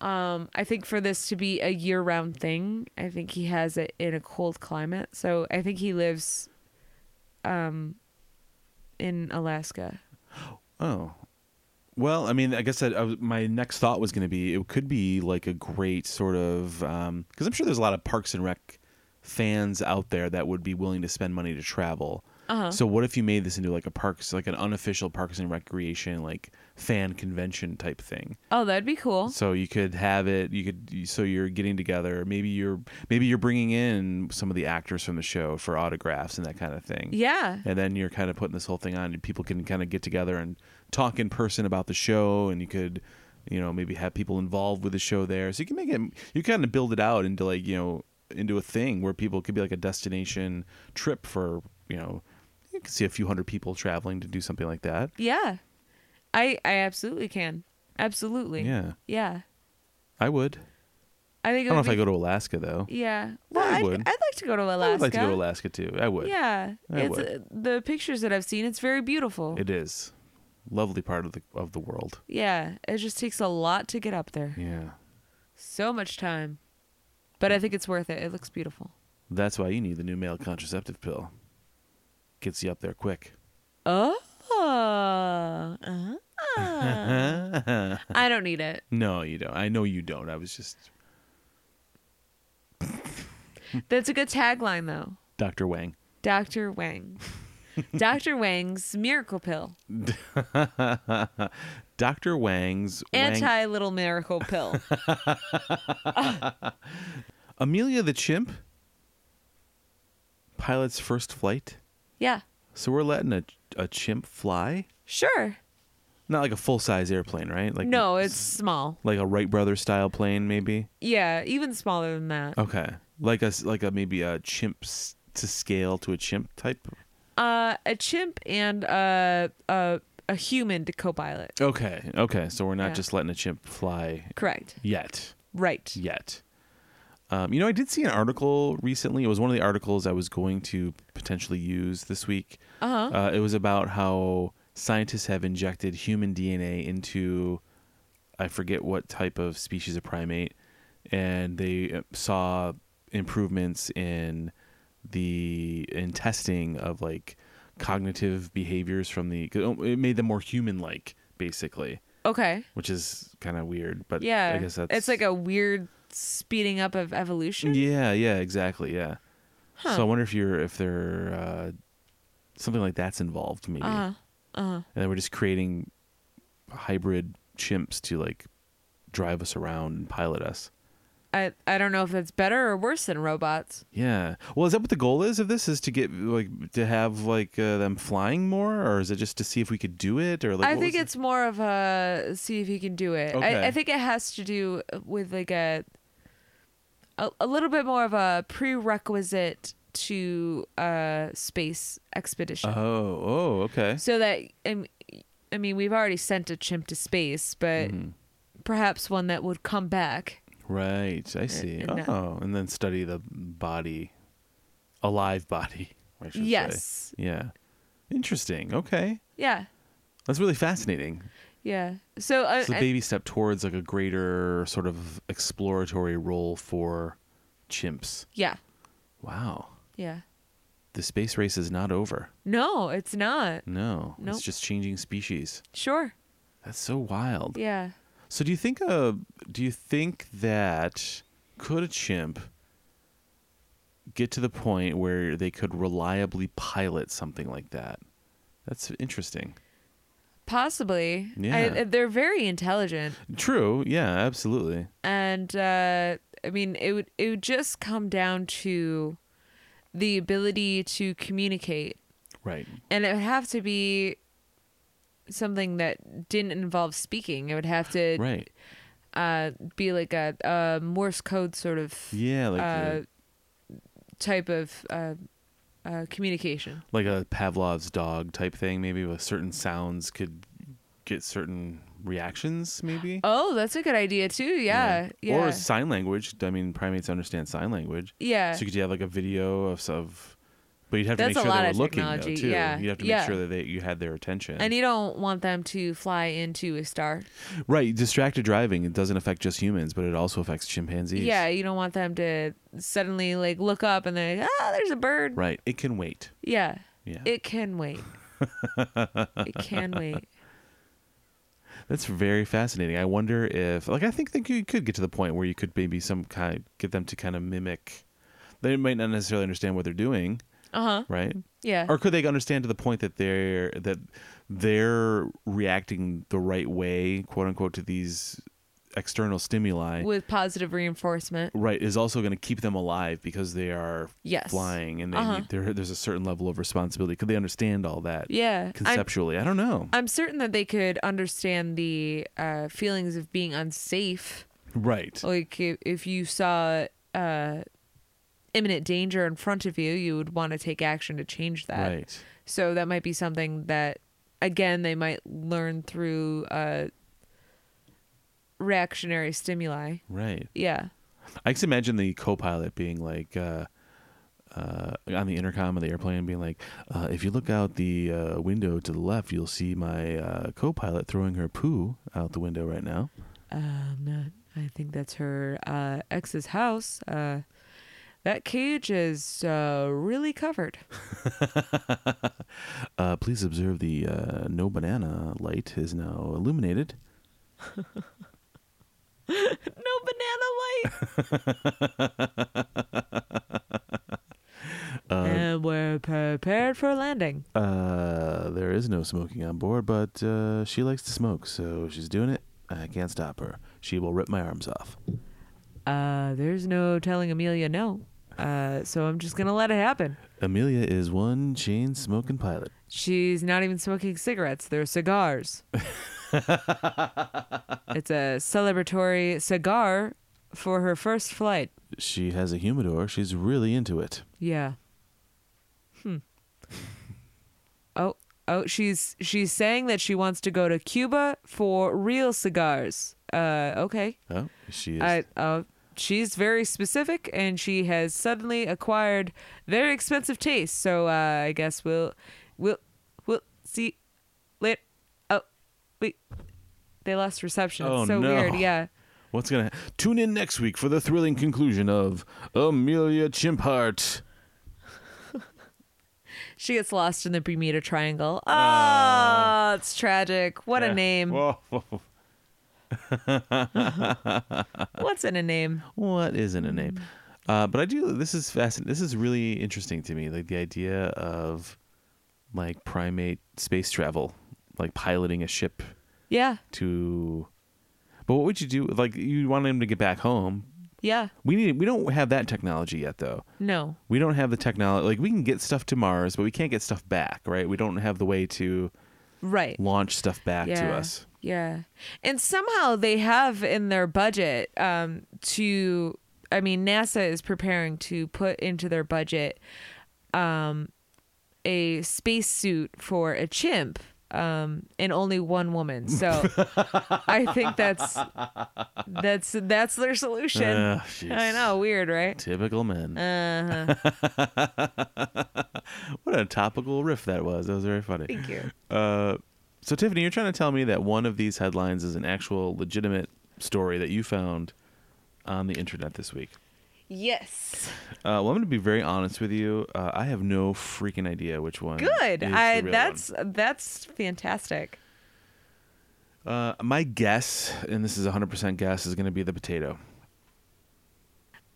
Speaker 2: um I think for this to be a year-round thing, I think he has it in a cold climate. So I think he lives um in Alaska.
Speaker 1: Oh. Well, I mean, I guess that uh, my next thought was going to be it could be like a great sort of because I'm sure there's a lot of Parks and Rec fans out there that would be willing to spend money to travel.
Speaker 2: Uh-huh.
Speaker 1: So what if you made this into like a parks, like an unofficial Parks and Recreation like fan convention type thing?
Speaker 2: Oh, that'd be cool.
Speaker 1: So you could have it. You could. So you're getting together. Maybe you're maybe you're bringing in some of the actors from the show for autographs and that kind of thing
Speaker 2: Yeah.
Speaker 1: and then you're kind of putting this whole thing on and people can kind of get together and talk in person about the show and you could you know maybe have people involved with the show there so you can make it you kind of build it out into like you know into a thing where people could be like a destination trip for you know you can see a few hundred people traveling to do something like that
Speaker 2: Yeah. I I absolutely can. Absolutely.
Speaker 1: yeah
Speaker 2: Yeah.
Speaker 1: i would
Speaker 2: I think
Speaker 1: i
Speaker 2: it
Speaker 1: don't know
Speaker 2: would
Speaker 1: if
Speaker 2: be,
Speaker 1: i go to alaska though
Speaker 2: Yeah.
Speaker 1: Well, I
Speaker 2: I'd,
Speaker 1: would.
Speaker 2: I'd like to go to Alaska.
Speaker 1: i would like to go to alaska too i would
Speaker 2: Yeah,
Speaker 1: I
Speaker 2: it's
Speaker 1: would.
Speaker 2: uh, the pictures that I've seen. It's very beautiful.
Speaker 1: eh, it is lovely part of the of the world
Speaker 2: yeah, it just takes a lot to get up there.
Speaker 1: yeah
Speaker 2: So much time, but I think it's worth it. It looks beautiful.
Speaker 1: That's why you need the new male contraceptive pill. Gets you up there quick.
Speaker 2: Oh. Ah. I don't need it.
Speaker 1: No, you don't. I know you don't. I was just
Speaker 2: That's a good tagline, though.
Speaker 1: Dr. Wang.
Speaker 2: Dr.
Speaker 1: <laughs>
Speaker 2: Wang. Dr. Wang's miracle pill.
Speaker 1: Dr. Wang's Wang.
Speaker 2: Anti little miracle
Speaker 1: <laughs>
Speaker 2: pill.
Speaker 1: Amelia the chimp pilot's first flight.
Speaker 2: yeah.
Speaker 1: So we're letting a a chimp fly?
Speaker 2: Sure.
Speaker 1: Not like a full-size airplane, right? Like
Speaker 2: No, it's small.
Speaker 1: like a Wright brother style plane maybe.
Speaker 2: Yeah, even smaller than that.
Speaker 1: Okay. Like a s- like a maybe a chimp s- to scale to a chimp type.
Speaker 2: Uh, a chimp and a a, a human to co-pilot.
Speaker 1: Okay. Okay. So we're not
Speaker 2: Yeah.
Speaker 1: just letting a chimp fly
Speaker 2: Correct.
Speaker 1: yet.
Speaker 2: Right.
Speaker 1: yet. Um, you know, I did see an article recently. It was one of the articles I was going to potentially use this week.
Speaker 2: Uh-huh.
Speaker 1: Uh, it was about how scientists have injected human DNA into, I forget what type of species of primate, and they uh, saw improvements in the in testing of like cognitive behaviors from the. 'cause oh, It made them more human-like, basically,
Speaker 2: Okay.
Speaker 1: which is kind of weird. But
Speaker 2: Yeah.
Speaker 1: I guess that's
Speaker 2: it's like a weird speeding up of evolution.
Speaker 1: Yeah, yeah, exactly, yeah.
Speaker 2: Huh.
Speaker 1: So I wonder if you're if they're uh, something like that's involved, maybe,
Speaker 2: Uh huh. Uh huh.
Speaker 1: and then we're just creating hybrid chimps to like drive us around and pilot us.
Speaker 2: I I don't know if that's better or worse than robots.
Speaker 1: Yeah. Well, is that what the goal is of this? Is to get like to have like uh, them flying more, or is it just to see if we could do it? Or like
Speaker 2: I
Speaker 1: what
Speaker 2: think
Speaker 1: was it?
Speaker 2: it's more of a see if you can do it.
Speaker 1: Okay.
Speaker 2: I, I think it has to do with like a, a a little bit more of a prerequisite to a space expedition.
Speaker 1: Oh, oh, okay.
Speaker 2: So that um, I mean, we've already sent a chimp to space, but perhaps one that would come back.
Speaker 1: Right, I see.
Speaker 2: and, uh,
Speaker 1: oh, and then study the body, a live body. I should say.
Speaker 2: Yes.
Speaker 1: Yeah. Interesting. Okay.
Speaker 2: Yeah.
Speaker 1: That's really fascinating.
Speaker 2: Yeah. So uh,
Speaker 1: It's a
Speaker 2: and-
Speaker 1: baby step towards like a greater sort of exploratory role for chimps.
Speaker 2: yeah.
Speaker 1: Wow.
Speaker 2: Yeah.
Speaker 1: The space race is not over.
Speaker 2: No, it's not.
Speaker 1: No.
Speaker 2: Nope.
Speaker 1: It's just changing species.
Speaker 2: Sure.
Speaker 1: That's so wild.
Speaker 2: Yeah.
Speaker 1: So do you think uh do you think that could a chimp get to the point where they could reliably pilot something like that? That's interesting.
Speaker 2: Possibly. I, uh,
Speaker 1: Yeah.
Speaker 2: they're very intelligent,
Speaker 1: True. Yeah, absolutely.
Speaker 2: and uh, I mean, it would it would just come down to the ability to communicate,
Speaker 1: Right.
Speaker 2: and it would have to be something that didn't involve speaking. It would have to
Speaker 1: Right.
Speaker 2: uh, be like a, a Morse code sort of
Speaker 1: Yeah, like the-
Speaker 2: uh, type of uh, uh, communication.
Speaker 1: like a Pavlov's dog type thing, maybe with certain sounds could get certain reactions, maybe.
Speaker 2: Oh, that's a good idea too. Yeah, yeah,
Speaker 1: Or sign language. I mean, primates understand sign language.
Speaker 2: yeah.
Speaker 1: So could you have like a video of, of but you'd have to
Speaker 2: That's
Speaker 1: make
Speaker 2: a
Speaker 1: sure
Speaker 2: lot
Speaker 1: they were
Speaker 2: of
Speaker 1: looking though
Speaker 2: technology,
Speaker 1: too.
Speaker 2: yeah,
Speaker 1: You'd have to
Speaker 2: yeah.
Speaker 1: make sure that they, you had their attention.
Speaker 2: and you don't want them to fly into a star.
Speaker 1: right, distracted driving. It doesn't affect just humans, but it also affects chimpanzees.
Speaker 2: Yeah, you don't want them to suddenly like look up and they're like, ah, there's a bird.
Speaker 1: Right. It can wait.
Speaker 2: Yeah,
Speaker 1: Yeah.
Speaker 2: it can wait. it can
Speaker 1: <laughs>
Speaker 2: wait.
Speaker 1: That's very fascinating. I wonder if, like, I think that you could get to the point where you could maybe some kind get them to kind of mimic. They might not necessarily understand what they're doing,
Speaker 2: Uh huh.
Speaker 1: right?
Speaker 2: Yeah.
Speaker 1: Or could they understand to the point that they're that they're reacting the right way, quote unquote, to these external stimuli?
Speaker 2: With positive reinforcement.
Speaker 1: right is also going to keep them alive because they are
Speaker 2: Yes.
Speaker 1: flying and they
Speaker 2: Uh-huh.
Speaker 1: need, there- there's a certain level of responsibility. Could they understand all that
Speaker 2: Yeah. I'm,
Speaker 1: conceptually? I don't know.
Speaker 2: I'm certain that they could understand the uh, feelings of being unsafe.
Speaker 1: right.
Speaker 2: Like if, if you saw uh, imminent danger in front of you, you would want to take action to change that.
Speaker 1: Right.
Speaker 2: So that might be something that, again, they might learn through uh, reactionary stimuli.
Speaker 1: Right.
Speaker 2: Yeah.
Speaker 1: I just imagine the co-pilot being like uh, uh, on the intercom of the airplane, being like, uh, "If you look out the uh, window to the left, you'll see my uh, co-pilot throwing her poo out the window right now."
Speaker 2: Um, I think that's her uh, ex's house. Uh, that cage is uh, really covered.
Speaker 1: Uh, please observe the uh, no banana light is now illuminated.
Speaker 2: No banana light. and we're prepared for landing.
Speaker 1: Uh, there is no smoking on board, but uh, she likes to smoke, so she's doing it. I can't stop her. She will rip my arms off.
Speaker 2: Uh, there's no telling Amelia no. Uh, so I'm just gonna let it happen.
Speaker 1: Amelia is one chain smoking pilot.
Speaker 2: She's not even smoking cigarettes; they're cigars. it's a celebratory cigar for her first flight.
Speaker 1: She has a humidor. She's really into it.
Speaker 2: Yeah. Hmm. Oh, oh, she's she's saying that she wants to go to Cuba for real cigars. Uh, okay.
Speaker 1: Oh, she is.
Speaker 2: I, uh, she's very specific, and she has suddenly acquired very expensive tastes. So uh, I guess we'll we'll we'll see later. Oh, wait, they lost reception.
Speaker 1: Oh,
Speaker 2: it's so
Speaker 1: no. <laughs>
Speaker 2: weird. Yeah.
Speaker 1: What's gonna ha- tune in next week for the thrilling conclusion of Amelia Chimpart.
Speaker 2: She gets lost in the Bermuda Triangle.
Speaker 1: Uh.
Speaker 2: Oh, it's tragic. What a
Speaker 1: <laughs>
Speaker 2: name.
Speaker 1: Oh,
Speaker 2: What's in a name?
Speaker 1: What isn't a name?
Speaker 2: Mm-hmm.
Speaker 1: Uh, but I do. This is fascinating. This is really interesting to me. Like the idea of like primate space travel, like piloting a ship
Speaker 2: Yeah.
Speaker 1: to. But what would you do? Like you want him to get back home.
Speaker 2: Yeah.
Speaker 1: We need. We don't have that technology yet, though.
Speaker 2: No.
Speaker 1: We don't have the technology. Like we can get stuff to Mars, but we can't get stuff back. Right? We don't have the way to
Speaker 2: Right.
Speaker 1: launch stuff back to us.
Speaker 2: Yeah. And somehow they have in their budget um, to, I mean, NASA is preparing to put into their budget um, a spacesuit for a chimp um, and only one woman. So <laughs> I think that's that's that's their solution.
Speaker 1: Ugh, jeez.
Speaker 2: <laughs> I know, weird, <laughs> right?
Speaker 1: Typical men.
Speaker 2: Uh-huh.
Speaker 1: What a topical riff that was. That was very funny.
Speaker 2: Thank <laughs> you.
Speaker 1: Uh, so Tiffany, you're trying to tell me that one of these headlines is an actual legitimate story that you found on the internet this week.
Speaker 2: Yes.
Speaker 1: Uh, well, I'm going to be very honest with you. Uh, I have no freaking idea which one.
Speaker 2: Good.
Speaker 1: is
Speaker 2: I
Speaker 1: the real
Speaker 2: that's that's fantastic.
Speaker 1: one. Uh, my guess, and this is 100% guess, is going to be the potato.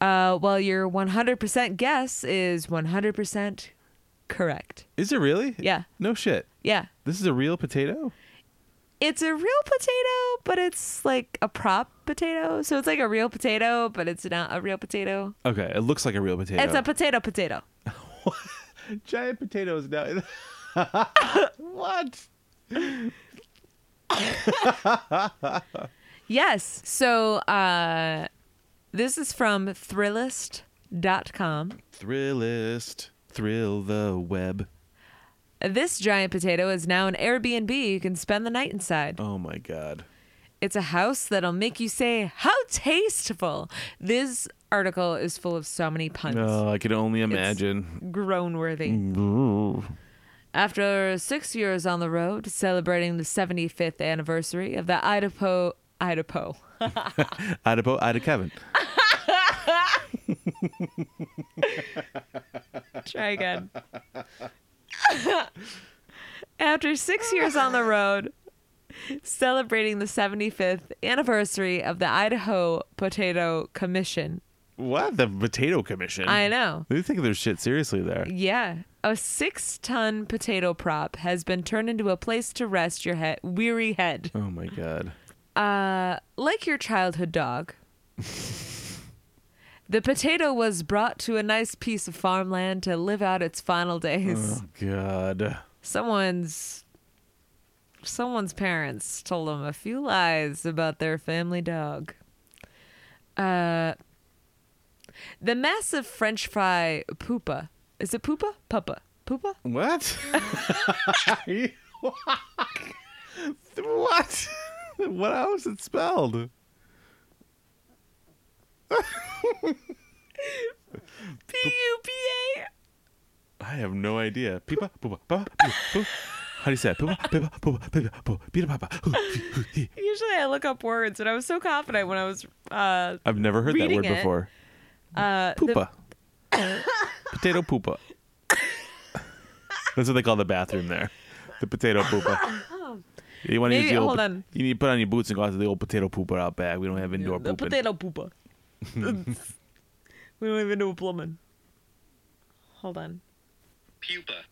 Speaker 2: Uh, well, your 100% guess is 100% correct.
Speaker 1: Is it really?
Speaker 2: Yeah.
Speaker 1: No shit.
Speaker 2: Yeah.
Speaker 1: This is a real potato.
Speaker 2: It's a real potato, but it's like a prop potato. So it's like a real potato, but it's not a real potato.
Speaker 1: Okay, it looks like a real potato.
Speaker 2: It's a potato potato.
Speaker 1: giant potatoes
Speaker 2: <laughs>
Speaker 1: now. <laughs> what?
Speaker 2: Yes. So uh, this is from Thrillist.com.
Speaker 1: Thrillist, thrill the web.
Speaker 2: This giant potato is now an Airbnb you can spend the night inside.
Speaker 1: Oh my god.
Speaker 2: It's a house that'll make you say, How tasteful! This article is full of so many puns.
Speaker 1: Oh, I could only imagine.
Speaker 2: groan
Speaker 1: Mm.
Speaker 2: worthy. After six years on the road, celebrating the 75th anniversary of the Idaho, Idaho, <laughs>
Speaker 1: Idaho, Idaho, Kevin.
Speaker 2: Try again. <laughs> After six years on the road, celebrating the 75th anniversary of the Idaho Potato Commission.
Speaker 1: What the potato commission?
Speaker 2: I know.
Speaker 1: They think of their shit seriously there.
Speaker 2: Yeah. A six ton potato prop has been turned into a place to rest your head, weary head.
Speaker 1: Oh my god.
Speaker 2: Uh, like your childhood dog. the potato was brought to a nice piece of farmland to live out its final days.
Speaker 1: Oh god.
Speaker 2: Someone's someone's parents told them a few lies about their family dog. Uh, the massive French fry poopa. Is it poopa? Puppa. Poopa?
Speaker 1: What? <laughs> what? what? How is it spelled?
Speaker 2: P U P A.
Speaker 1: I have no idea. Peepa, poopa, papa, poopa, How do you say it? Poopa, peepa, poopa, peepa, poopa, peeta, papa. hoo, hoo, hee.
Speaker 2: Usually I look up words, and I was so confident when I was uh,
Speaker 1: I've never heard that
Speaker 2: Reading
Speaker 1: word
Speaker 2: it.
Speaker 1: before.
Speaker 2: Uh, the-
Speaker 1: Poopa.
Speaker 2: <laughs>
Speaker 1: potato poopa. That's what they call the bathroom there. The potato poopa. You want to
Speaker 2: Oh. Maybe-
Speaker 1: use the old,
Speaker 2: hold
Speaker 1: po-
Speaker 2: on.
Speaker 1: You need to put on your boots and go out to the old potato pooper out back. We don't have indoor
Speaker 2: the
Speaker 1: pooping. <laughs>
Speaker 2: potato pooper. we don't even do a plumbing. Hold on.
Speaker 3: Pupa.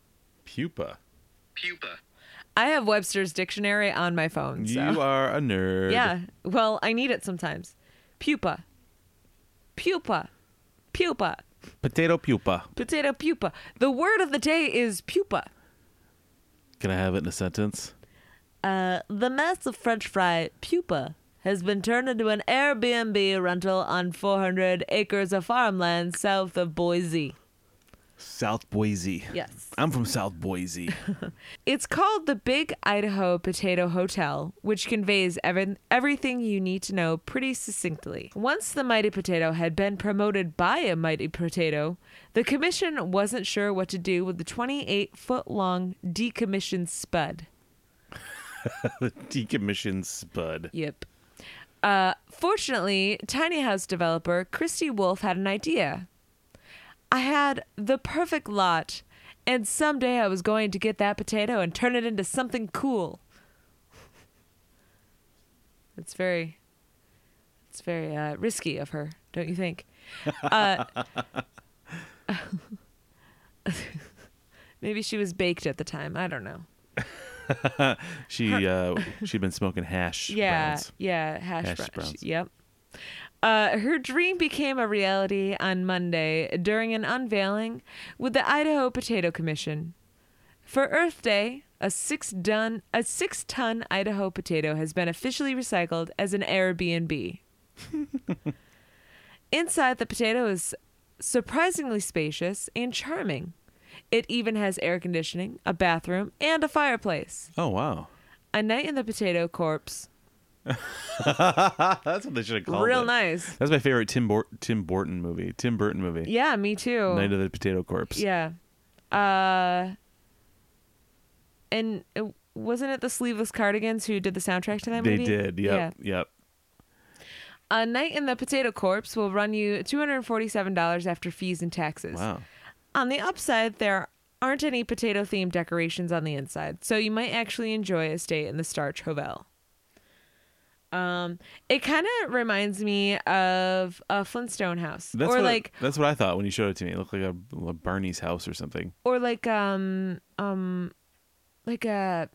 Speaker 1: Pupa.
Speaker 3: Pupa.
Speaker 2: I have Webster's dictionary on my phone. So.
Speaker 1: You are a nerd.
Speaker 2: Yeah. Well, I need it sometimes. Pupa. Pupa. Pupa.
Speaker 1: Potato pupa.
Speaker 2: Potato pupa. The word of the day is pupa.
Speaker 1: Can I have it in a sentence?
Speaker 2: Uh, the mess of French fry pupa has been turned into an Airbnb rental on 400 acres of farmland south of Boise.
Speaker 1: South Boise.
Speaker 2: Yes.
Speaker 1: I'm from South
Speaker 2: <laughs>
Speaker 1: Boise.
Speaker 2: It's called the Big Idaho Potato Hotel, which conveys ev- everything you need to know pretty succinctly. Once the mighty potato had been promoted by a mighty potato, the commission wasn't sure what to do with the 28 foot long decommissioned spud.
Speaker 1: Decommissioned spud.
Speaker 2: Yep. Uh, fortunately, tiny house developer Christy Wolf had an idea. I had the perfect lot, and someday I was going to get that potato and turn it into something cool. <laughs> It's very, it's very uh, risky of her, don't you think? Uh, <laughs> maybe she was baked at the time. I don't know.
Speaker 1: She uh, she'd been smoking hash.
Speaker 2: Yeah,
Speaker 1: browns.
Speaker 2: yeah, hash,
Speaker 1: Hash
Speaker 2: browns.
Speaker 1: browns.
Speaker 2: Yep. Uh, her dream became a reality on Monday during an unveiling with the Idaho Potato Commission. For Earth Day, a six ton a six ton Idaho potato has been officially recycled as
Speaker 1: <laughs>
Speaker 2: an Airbnb. Inside, the potato is surprisingly spacious and charming. It even has air conditioning, a bathroom, and a fireplace.
Speaker 1: Oh wow. <laughs>
Speaker 2: A night in the potato corpse
Speaker 1: That's what they should have called
Speaker 2: real
Speaker 1: it.
Speaker 2: nice.
Speaker 1: That's my favorite Tim Bor- Tim Burton movie. Tim Burton movie.
Speaker 2: Yeah, me too.
Speaker 1: Night of the Potato Corpse.
Speaker 2: yeah. Uh, and it, wasn't it the Sleeveless Cardigans who did the soundtrack to that
Speaker 1: They
Speaker 2: movie?
Speaker 1: did. Yep. Yep.
Speaker 2: A Night in the Potato Corpse will run you $247 after fees and taxes.
Speaker 1: Wow.
Speaker 2: On the upside, there aren't any potato themed decorations on the inside, so you might actually enjoy a stay in the Starch Hovel. Um, it kind of reminds me of a Flintstone house,
Speaker 1: That's
Speaker 2: or
Speaker 1: what
Speaker 2: like
Speaker 1: I, that's what I thought when you showed it to me. It looked like a, a Barney's house or something.
Speaker 2: or like um um like a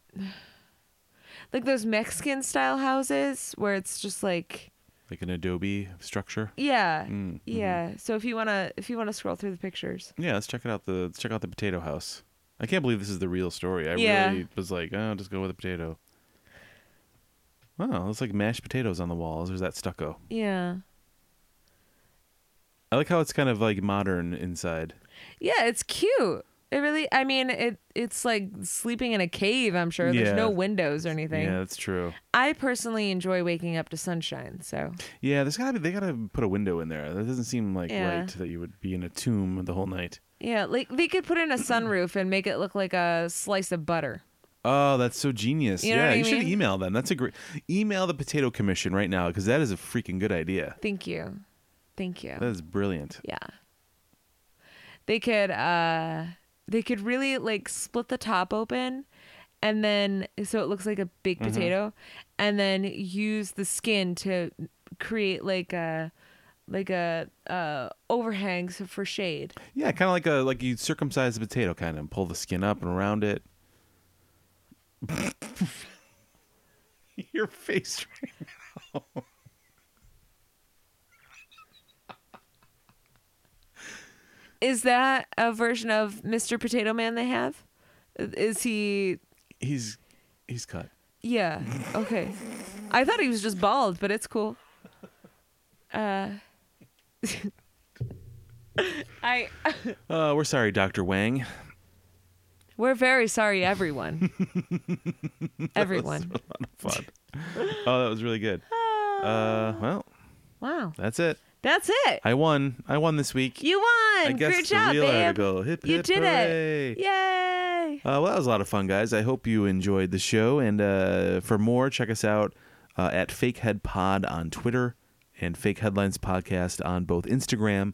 Speaker 2: <sighs> like those Mexican style houses where it's just like
Speaker 1: Like an adobe structure.
Speaker 2: yeah
Speaker 1: Mm,
Speaker 2: yeah so if you want to if you want to scroll through the pictures
Speaker 1: Yeah, let's check it out. The let's check out the potato house. I can't believe this is the real story. I
Speaker 2: Yeah.
Speaker 1: really was like, oh, just go with a potato. Wow, looks like mashed potatoes on the walls. There's that stucco.
Speaker 2: yeah
Speaker 1: I like how it's kind of like modern inside.
Speaker 2: yeah it's cute it really I mean it it's like sleeping in a cave I'm sure there's
Speaker 1: Yeah.
Speaker 2: no windows or anything
Speaker 1: Yeah, that's true.
Speaker 2: I personally enjoy waking up to sunshine so
Speaker 1: Yeah, there's gotta be they gotta put a window in there. That doesn't seem like
Speaker 2: Yeah.
Speaker 1: right that you would be in a tomb the whole night.
Speaker 2: yeah like they could put in a sunroof and make it look like a slice of butter
Speaker 1: Oh, that's so genius.
Speaker 2: You know
Speaker 1: yeah,
Speaker 2: what I
Speaker 1: you should
Speaker 2: mean?
Speaker 1: email them. That's a great email the potato commission right now because that is a freaking good idea.
Speaker 2: thank you thank you
Speaker 1: That is brilliant.
Speaker 2: Yeah. They could uh they could really like split the top open and then so it looks like a big potato and then use the skin to create like a like a uh overhang so- for shade.
Speaker 1: Yeah, kind of like a like you circumcise the potato, kind of and pull the skin up and around it. <laughs> Your face. right now.
Speaker 2: Is that a version of Mr. Potato Man they have? Is he
Speaker 1: He's he's cut.
Speaker 2: Yeah. Okay. I thought he was just bald, but it's cool. Uh <laughs> I <laughs>
Speaker 1: Uh, we're sorry, Doctor Wang.
Speaker 2: we're very sorry
Speaker 1: <laughs>
Speaker 2: everyone. everyone. <laughs>
Speaker 1: Fun. oh, that was really good. <laughs> Uh, well,
Speaker 2: Wow.
Speaker 1: that's it.
Speaker 2: That's it.
Speaker 1: I won. I won this week.
Speaker 2: You won.
Speaker 1: I guess
Speaker 2: Great
Speaker 1: the
Speaker 2: job,
Speaker 1: real
Speaker 2: babe.
Speaker 1: article. Hip,
Speaker 2: you
Speaker 1: hip,
Speaker 2: did
Speaker 1: hooray.
Speaker 2: it. Yay.
Speaker 1: Uh, well, that was a lot of fun, guys. I hope you enjoyed the show. And uh, for more, check us out uh, at Fakehead Pod on Twitter and Fake Headlines Podcast on both Instagram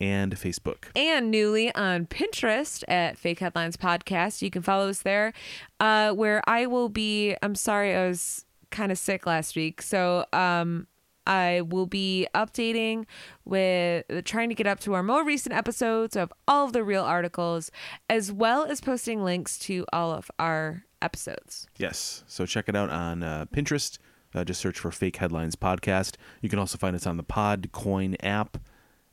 Speaker 1: and Facebook.
Speaker 2: and newly on Pinterest at Fake Headlines Podcast. You can follow us there, uh, where I will be. I'm sorry, I was kind of sick last week, so um, I will be updating with trying to get up to our more recent episodes of all of the real articles, as well as posting links to all of our episodes.
Speaker 1: Yes. So check it out on uh, Pinterest. Uh, just search for Fake Headlines Podcast. You can also find us on the Podcoin app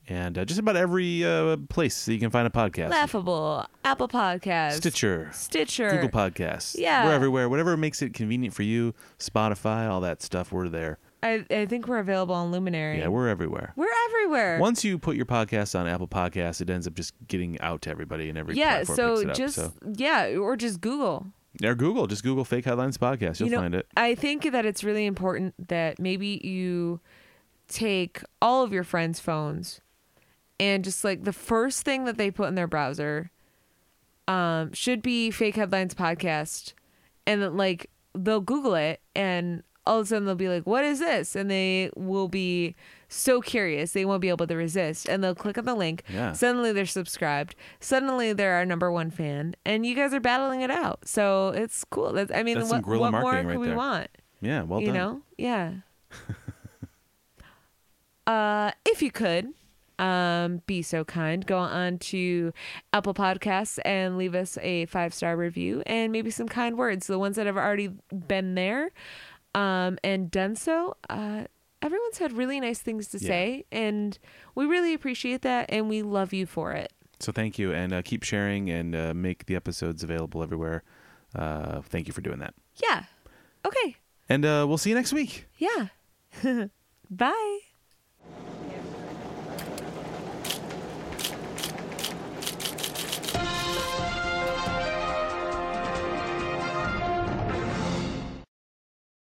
Speaker 1: and uh, just about every uh, place that you can find a podcast.
Speaker 2: Laughable, Apple Podcasts,
Speaker 1: Stitcher,
Speaker 2: Stitcher,
Speaker 1: Google Podcasts.
Speaker 2: Yeah.
Speaker 1: We're everywhere. Whatever makes it convenient for you, Spotify, all that stuff, we're there.
Speaker 2: I, I think we're available on Luminary.
Speaker 1: Yeah, we're everywhere.
Speaker 2: we're everywhere.
Speaker 1: Once you put your podcast on Apple Podcasts, it ends up just getting out to everybody and every
Speaker 2: yeah
Speaker 1: platform picks
Speaker 2: so
Speaker 1: it up.
Speaker 2: just
Speaker 1: so.
Speaker 2: yeah or just google
Speaker 1: Or Google, just Google Fake Headlines Podcast. You'll
Speaker 2: you know
Speaker 1: find it.
Speaker 2: i think that it's really important that maybe you take all of your friends phones and just like the first thing that they put in their browser um should be fake headlines podcast and that like they'll google it and all of a sudden they'll be like what is this and they will be so curious they won't be able to resist and they'll click on the link
Speaker 1: Yeah.
Speaker 2: suddenly they're subscribed suddenly they're our number one fan and you guys are battling it out so it's cool that's i mean
Speaker 1: That's
Speaker 2: what,
Speaker 1: some guerrilla
Speaker 2: what more
Speaker 1: marketing right
Speaker 2: could we
Speaker 1: there.
Speaker 2: want
Speaker 1: Yeah, well
Speaker 2: you
Speaker 1: done.
Speaker 2: know
Speaker 1: <laughs>
Speaker 2: yeah uh if you could um be so kind go on to apple podcasts and leave us a five star review and maybe some kind words the ones that have already been there um and done so uh everyone's had really nice things to
Speaker 1: Yeah.
Speaker 2: say and we really appreciate that and we love you for it
Speaker 1: So thank you, and uh, keep sharing and uh, make the episodes available everywhere. Uh, thank you for doing that,
Speaker 2: yeah okay
Speaker 1: and uh, we'll see you next week.
Speaker 2: yeah <laughs> bye